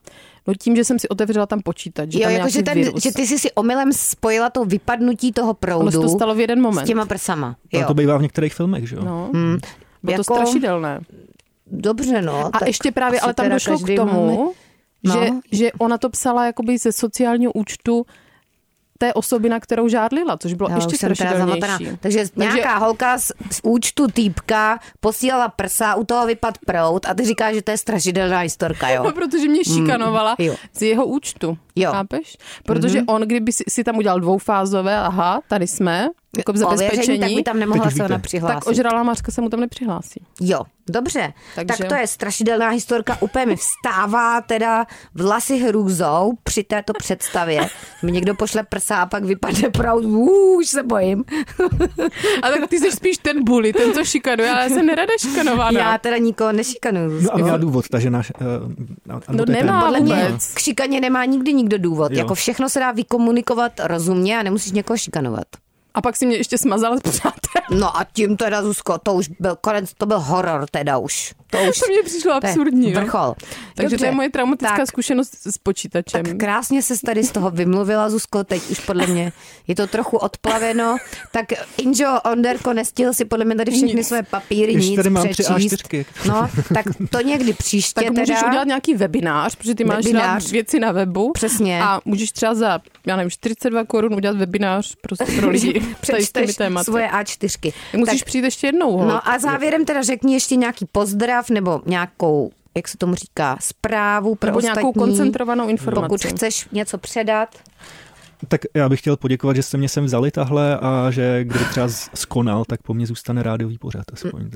S3: No tím, že jsem si otevřela tam počítač, že
S4: jo,
S3: tam
S4: jako, že,
S3: nějaký
S4: ten,
S3: virus.
S4: že ty jsi si omylem spojila to vypadnutí toho
S3: Ono se
S4: proudu
S3: to stalo v jeden moment.
S4: s těma prsama.
S5: Ale
S4: Jo.
S5: to bývá v některých filmech, že jo?
S3: No, bylo
S4: Jako-
S3: to strašidelné.
S4: Dobře, no.
S3: A
S4: tak
S3: ještě právě,
S4: asi
S3: ale tam
S4: teda
S3: došlo k
S4: každý
S3: tomu,
S4: máme-
S3: no. že,
S4: No.
S3: že ona to psala jakoby ze sociálního účtu té osoby, na kterou žádlila, což bylo
S4: Já
S3: ještě
S4: už jsem teda zamotaná.
S3: strašidelnější.
S4: Takže, nějaká holka z, z účtu týpka posílala prsa, u toho vypad prout a ty říkáš, že to je strašidelná historka, jo?
S3: No, protože mě šikanovala
S4: Hmm, jo.
S3: z jeho účtu.
S4: Jo. Mhm.
S3: Chápeš? Protože on, kdyby si, si tam udělal dvoufázové, aha, tady jsme, jako
S4: Ověření, tak by
S3: zabezpečení,
S4: tam nemohla
S5: Teď už
S4: se ona
S5: víte.
S4: přihlásit.
S3: tak ožralá mařka se mu tam nepřihlásí.
S4: Jo, dobře.
S3: Takže-
S4: Takže... Tak to je strašidelná historka. Úplně mi vstává teda vlasy hrůzou při této představě. Mi někdo pošle prsa a pak vypadne proud. Uuu, Už se bojím.
S3: A tak ty jsi spíš ten bully, ten, co šikanuje, ale já jsem nerada šikanována.
S4: Já teda nikoho nešikanuju.
S5: No a má důvod, takže náš... Uh,
S3: No nemá
S4: Podle mě
S3: vůbec.
S4: k šikaně nemá nikdy nikdo důvod.
S5: Jo.
S4: Jako všechno se dá vykomunikovat rozumně a nemusíš někoho šikanovat.
S3: A pak si mě ještě smazala z přátel.
S4: No a tím teda, Zuzko, to už byl konec, to byl horor teda už. To už
S3: To mě přišlo
S4: to je
S3: absurdní. jo.
S4: Vrchol.
S3: Takže
S4: Dobře.
S3: to je moje traumatická
S4: Tak.
S3: zkušenost s počítačem.
S4: Tak krásně se tady z toho vymluvila, Zuzko, teď už podle mě je to trochu odplaveno. Tak Injo Onderko nestihl si podle mě tady všechny
S3: Nic.
S4: své papíry,
S5: Ještě
S4: nic
S5: tady mám tři
S4: přečíst.
S5: A4.
S4: No, tak to někdy příště
S3: Tak můžeš
S4: teda.
S3: udělat nějaký webinář, protože ty máš
S4: Webinář.
S3: rád věci na webu.
S4: Přesně.
S3: A můžeš třeba za, já nevím, 42 korun udělat webinář prostě pro lidi tady s těmi
S4: Přečteš
S3: tématy.
S4: svoje A4.
S3: Tak musíš
S4: tak,
S3: přijít ještě jednou. Ho.
S4: no a závěrem teda řekni ještě nějaký pozdrav nebo nějakou jak se tomu říká, zprávu pro
S3: Nebo
S4: ostatní,
S3: nějakou koncentrovanou informaci.
S4: Pokud chceš něco předat,
S5: Tak já bych chtěl poděkovat, že jste mě sem vzali tahle a že kdyby třeba z- skonal, tak po mně zůstane rádiový pořad. Aspoň.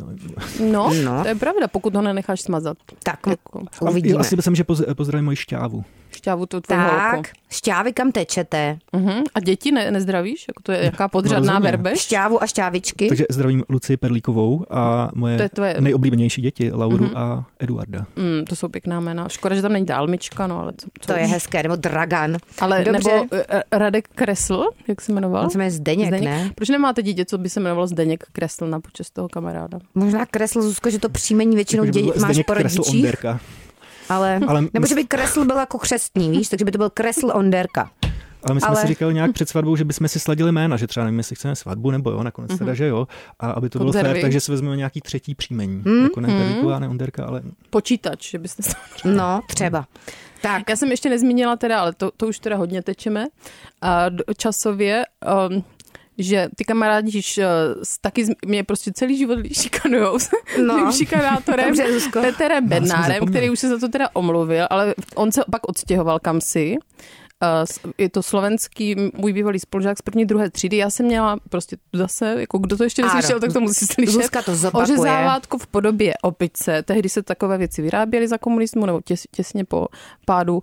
S3: no, no,
S4: No.
S3: to je pravda, pokud ho nenecháš smazat.
S4: tak
S3: Jako,
S5: Jo,
S4: uvidíme.
S5: asi myslím, že poz- pozdravím moji šťávu.
S3: šťávu to tvoje holko.
S4: Tak, šťávy kam tečete,
S3: Uh-huh. A děti ne, nezdravíš? Jako to je jaká podřadná
S5: rozhodně.
S3: verbež?
S4: šťávu a šťávičky.
S5: Takže zdravím Lucii Perlíkovou a moje
S3: To je tvoje-
S5: nejoblíbenější děti, Lauru
S4: Mhm.
S5: a Eduarda.
S3: Mm, to jsou pěkná jména. Škoda, že tam není dálmička, no ale co, co
S4: To je
S3: už.
S4: hezké, nebo Dragan.
S3: Ale
S4: Dobře.
S3: Dobře. nebo eh, Radek Kresl, jak se jmenoval?
S4: On se jmenuje Zdeněk, ne?
S3: Proč nemáte dítě, co by se jmenovalo Zdeněk Kresl na počest toho kamaráda?
S4: Možná kresl, Zuzko, že to příjmení většinou
S5: Jakože by
S4: dě-
S5: byl
S4: máš
S5: Zdeněk
S4: po
S5: Kresl
S4: rodičích,
S5: Onderka.
S4: ale,
S5: Ale
S4: ale... Nebo
S5: mys-
S4: že by kresl byl jako křestní, víš, takže by to byl kresl Onderka.
S5: Ale my jsme
S4: Ale-
S5: si říkali nějak před svatbou, že bychom si sladili jména, že třeba nevím, jestli chceme svatbu nebo jo, nakonec teda, že jo. A aby to bylo
S3: Konzervy.
S5: fér, takže si vezmeme nějaký třetí příjmení. Jako ne Perlíková, ne Onderka, ale
S3: Počítač, že byste se...
S4: No, třeba. Tak,
S3: Tak já jsem ještě nezmínila teda, ale to, to už teda hodně tečeme a d- časově, um, že ty kamarádi již uh, taky z- mě prostě celý život lí- šikanujou s
S4: No.
S3: mým šikanátorem,
S4: Dobře, Zuzko.
S3: Peterem
S5: jsem
S3: Bednárem,
S5: zapomněl.
S3: který už se za to teda omluvil, ale on se pak odstěhoval kam si. Uh, s- je to slovenský, můj bývalý spolužák z první, druhé třídy. Já jsem měla prostě zase, jako kdo to ještě
S4: Ano.
S3: neslyšel, tak to musí slyšet.
S4: Zuzka to zopakuje.
S3: Ořezávátko v podobě opice. Tehdy se takové věci vyráběly za komunismu, nebo těs, těsně po pádu,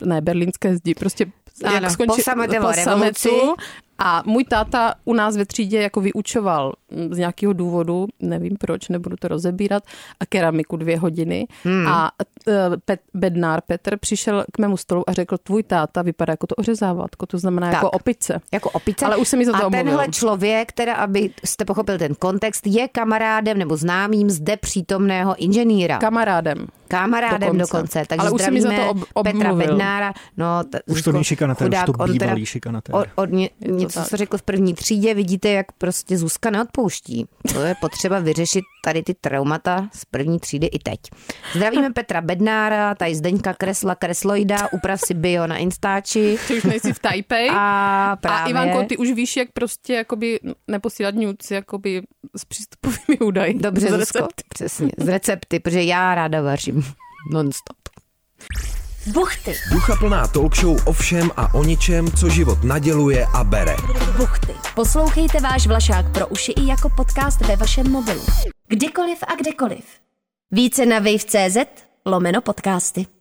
S3: uh, ne, berlínské zdi, prostě
S4: Ano, po sametové revoluci.
S3: A můj táta u nás ve třídě jako vyučoval mm, z nějakého důvodu, nevím proč, nebudu to rozebírat, a keramiku dvě hodiny. Hmm. A eh, Pet, bednár Petr přišel k mému stolu a řekl, tvůj táta vypadá jako to ořezávátko, to znamená tak. jako opice.
S4: Jako opice.
S3: Ale už se mi za to
S4: A
S3: omluvil.
S4: tenhle člověk, teda abyste pochopil ten kontext, je kamarádem nebo známým zde přítomného inženýra.
S3: Kamarádem.
S4: Kamarádem
S3: Dokonce.
S4: dokonce. Takže
S3: Ale už se mi za to
S4: zdravíme
S3: ob-
S4: Petra
S3: obmluvil.
S4: Bednára. No, t-
S5: Už to není šikanatér, už
S4: chudák,
S5: to
S4: on teda-
S5: bývalý šikanatér.
S4: o- Od, ně,
S3: to
S4: něco,
S3: tak.
S4: co řekl v první třídě, vidíte, jak prostě Zuzka neodpouští. To je potřeba vyřešit tady ty traumata z první třídy i teď. Zdravíme Petra Bednára, tady Zdeňka Kresla, Kresloida, uprav si bio na Instači.
S3: Ty už nejsi v Taipei.
S4: A právě...
S3: A Ivanko, ty už víš, jak prostě jakoby neposílat nuc jakoby s přístupovými údaji.
S4: Dobře,
S3: Z
S4: Zuzko,
S3: recepty.
S4: přesně, z recepty, protože já ráda vařím nonstop.
S1: Buchty,
S2: Duchaplná talk show o všem a o ničem, co život naděluje a bere.
S1: buchty. Poslouchejte váš Vlašák pro uši i jako podcast ve vašem mobilu. Kdykoliv a kdekoliv. Více na wave.cz lomeno podcasty.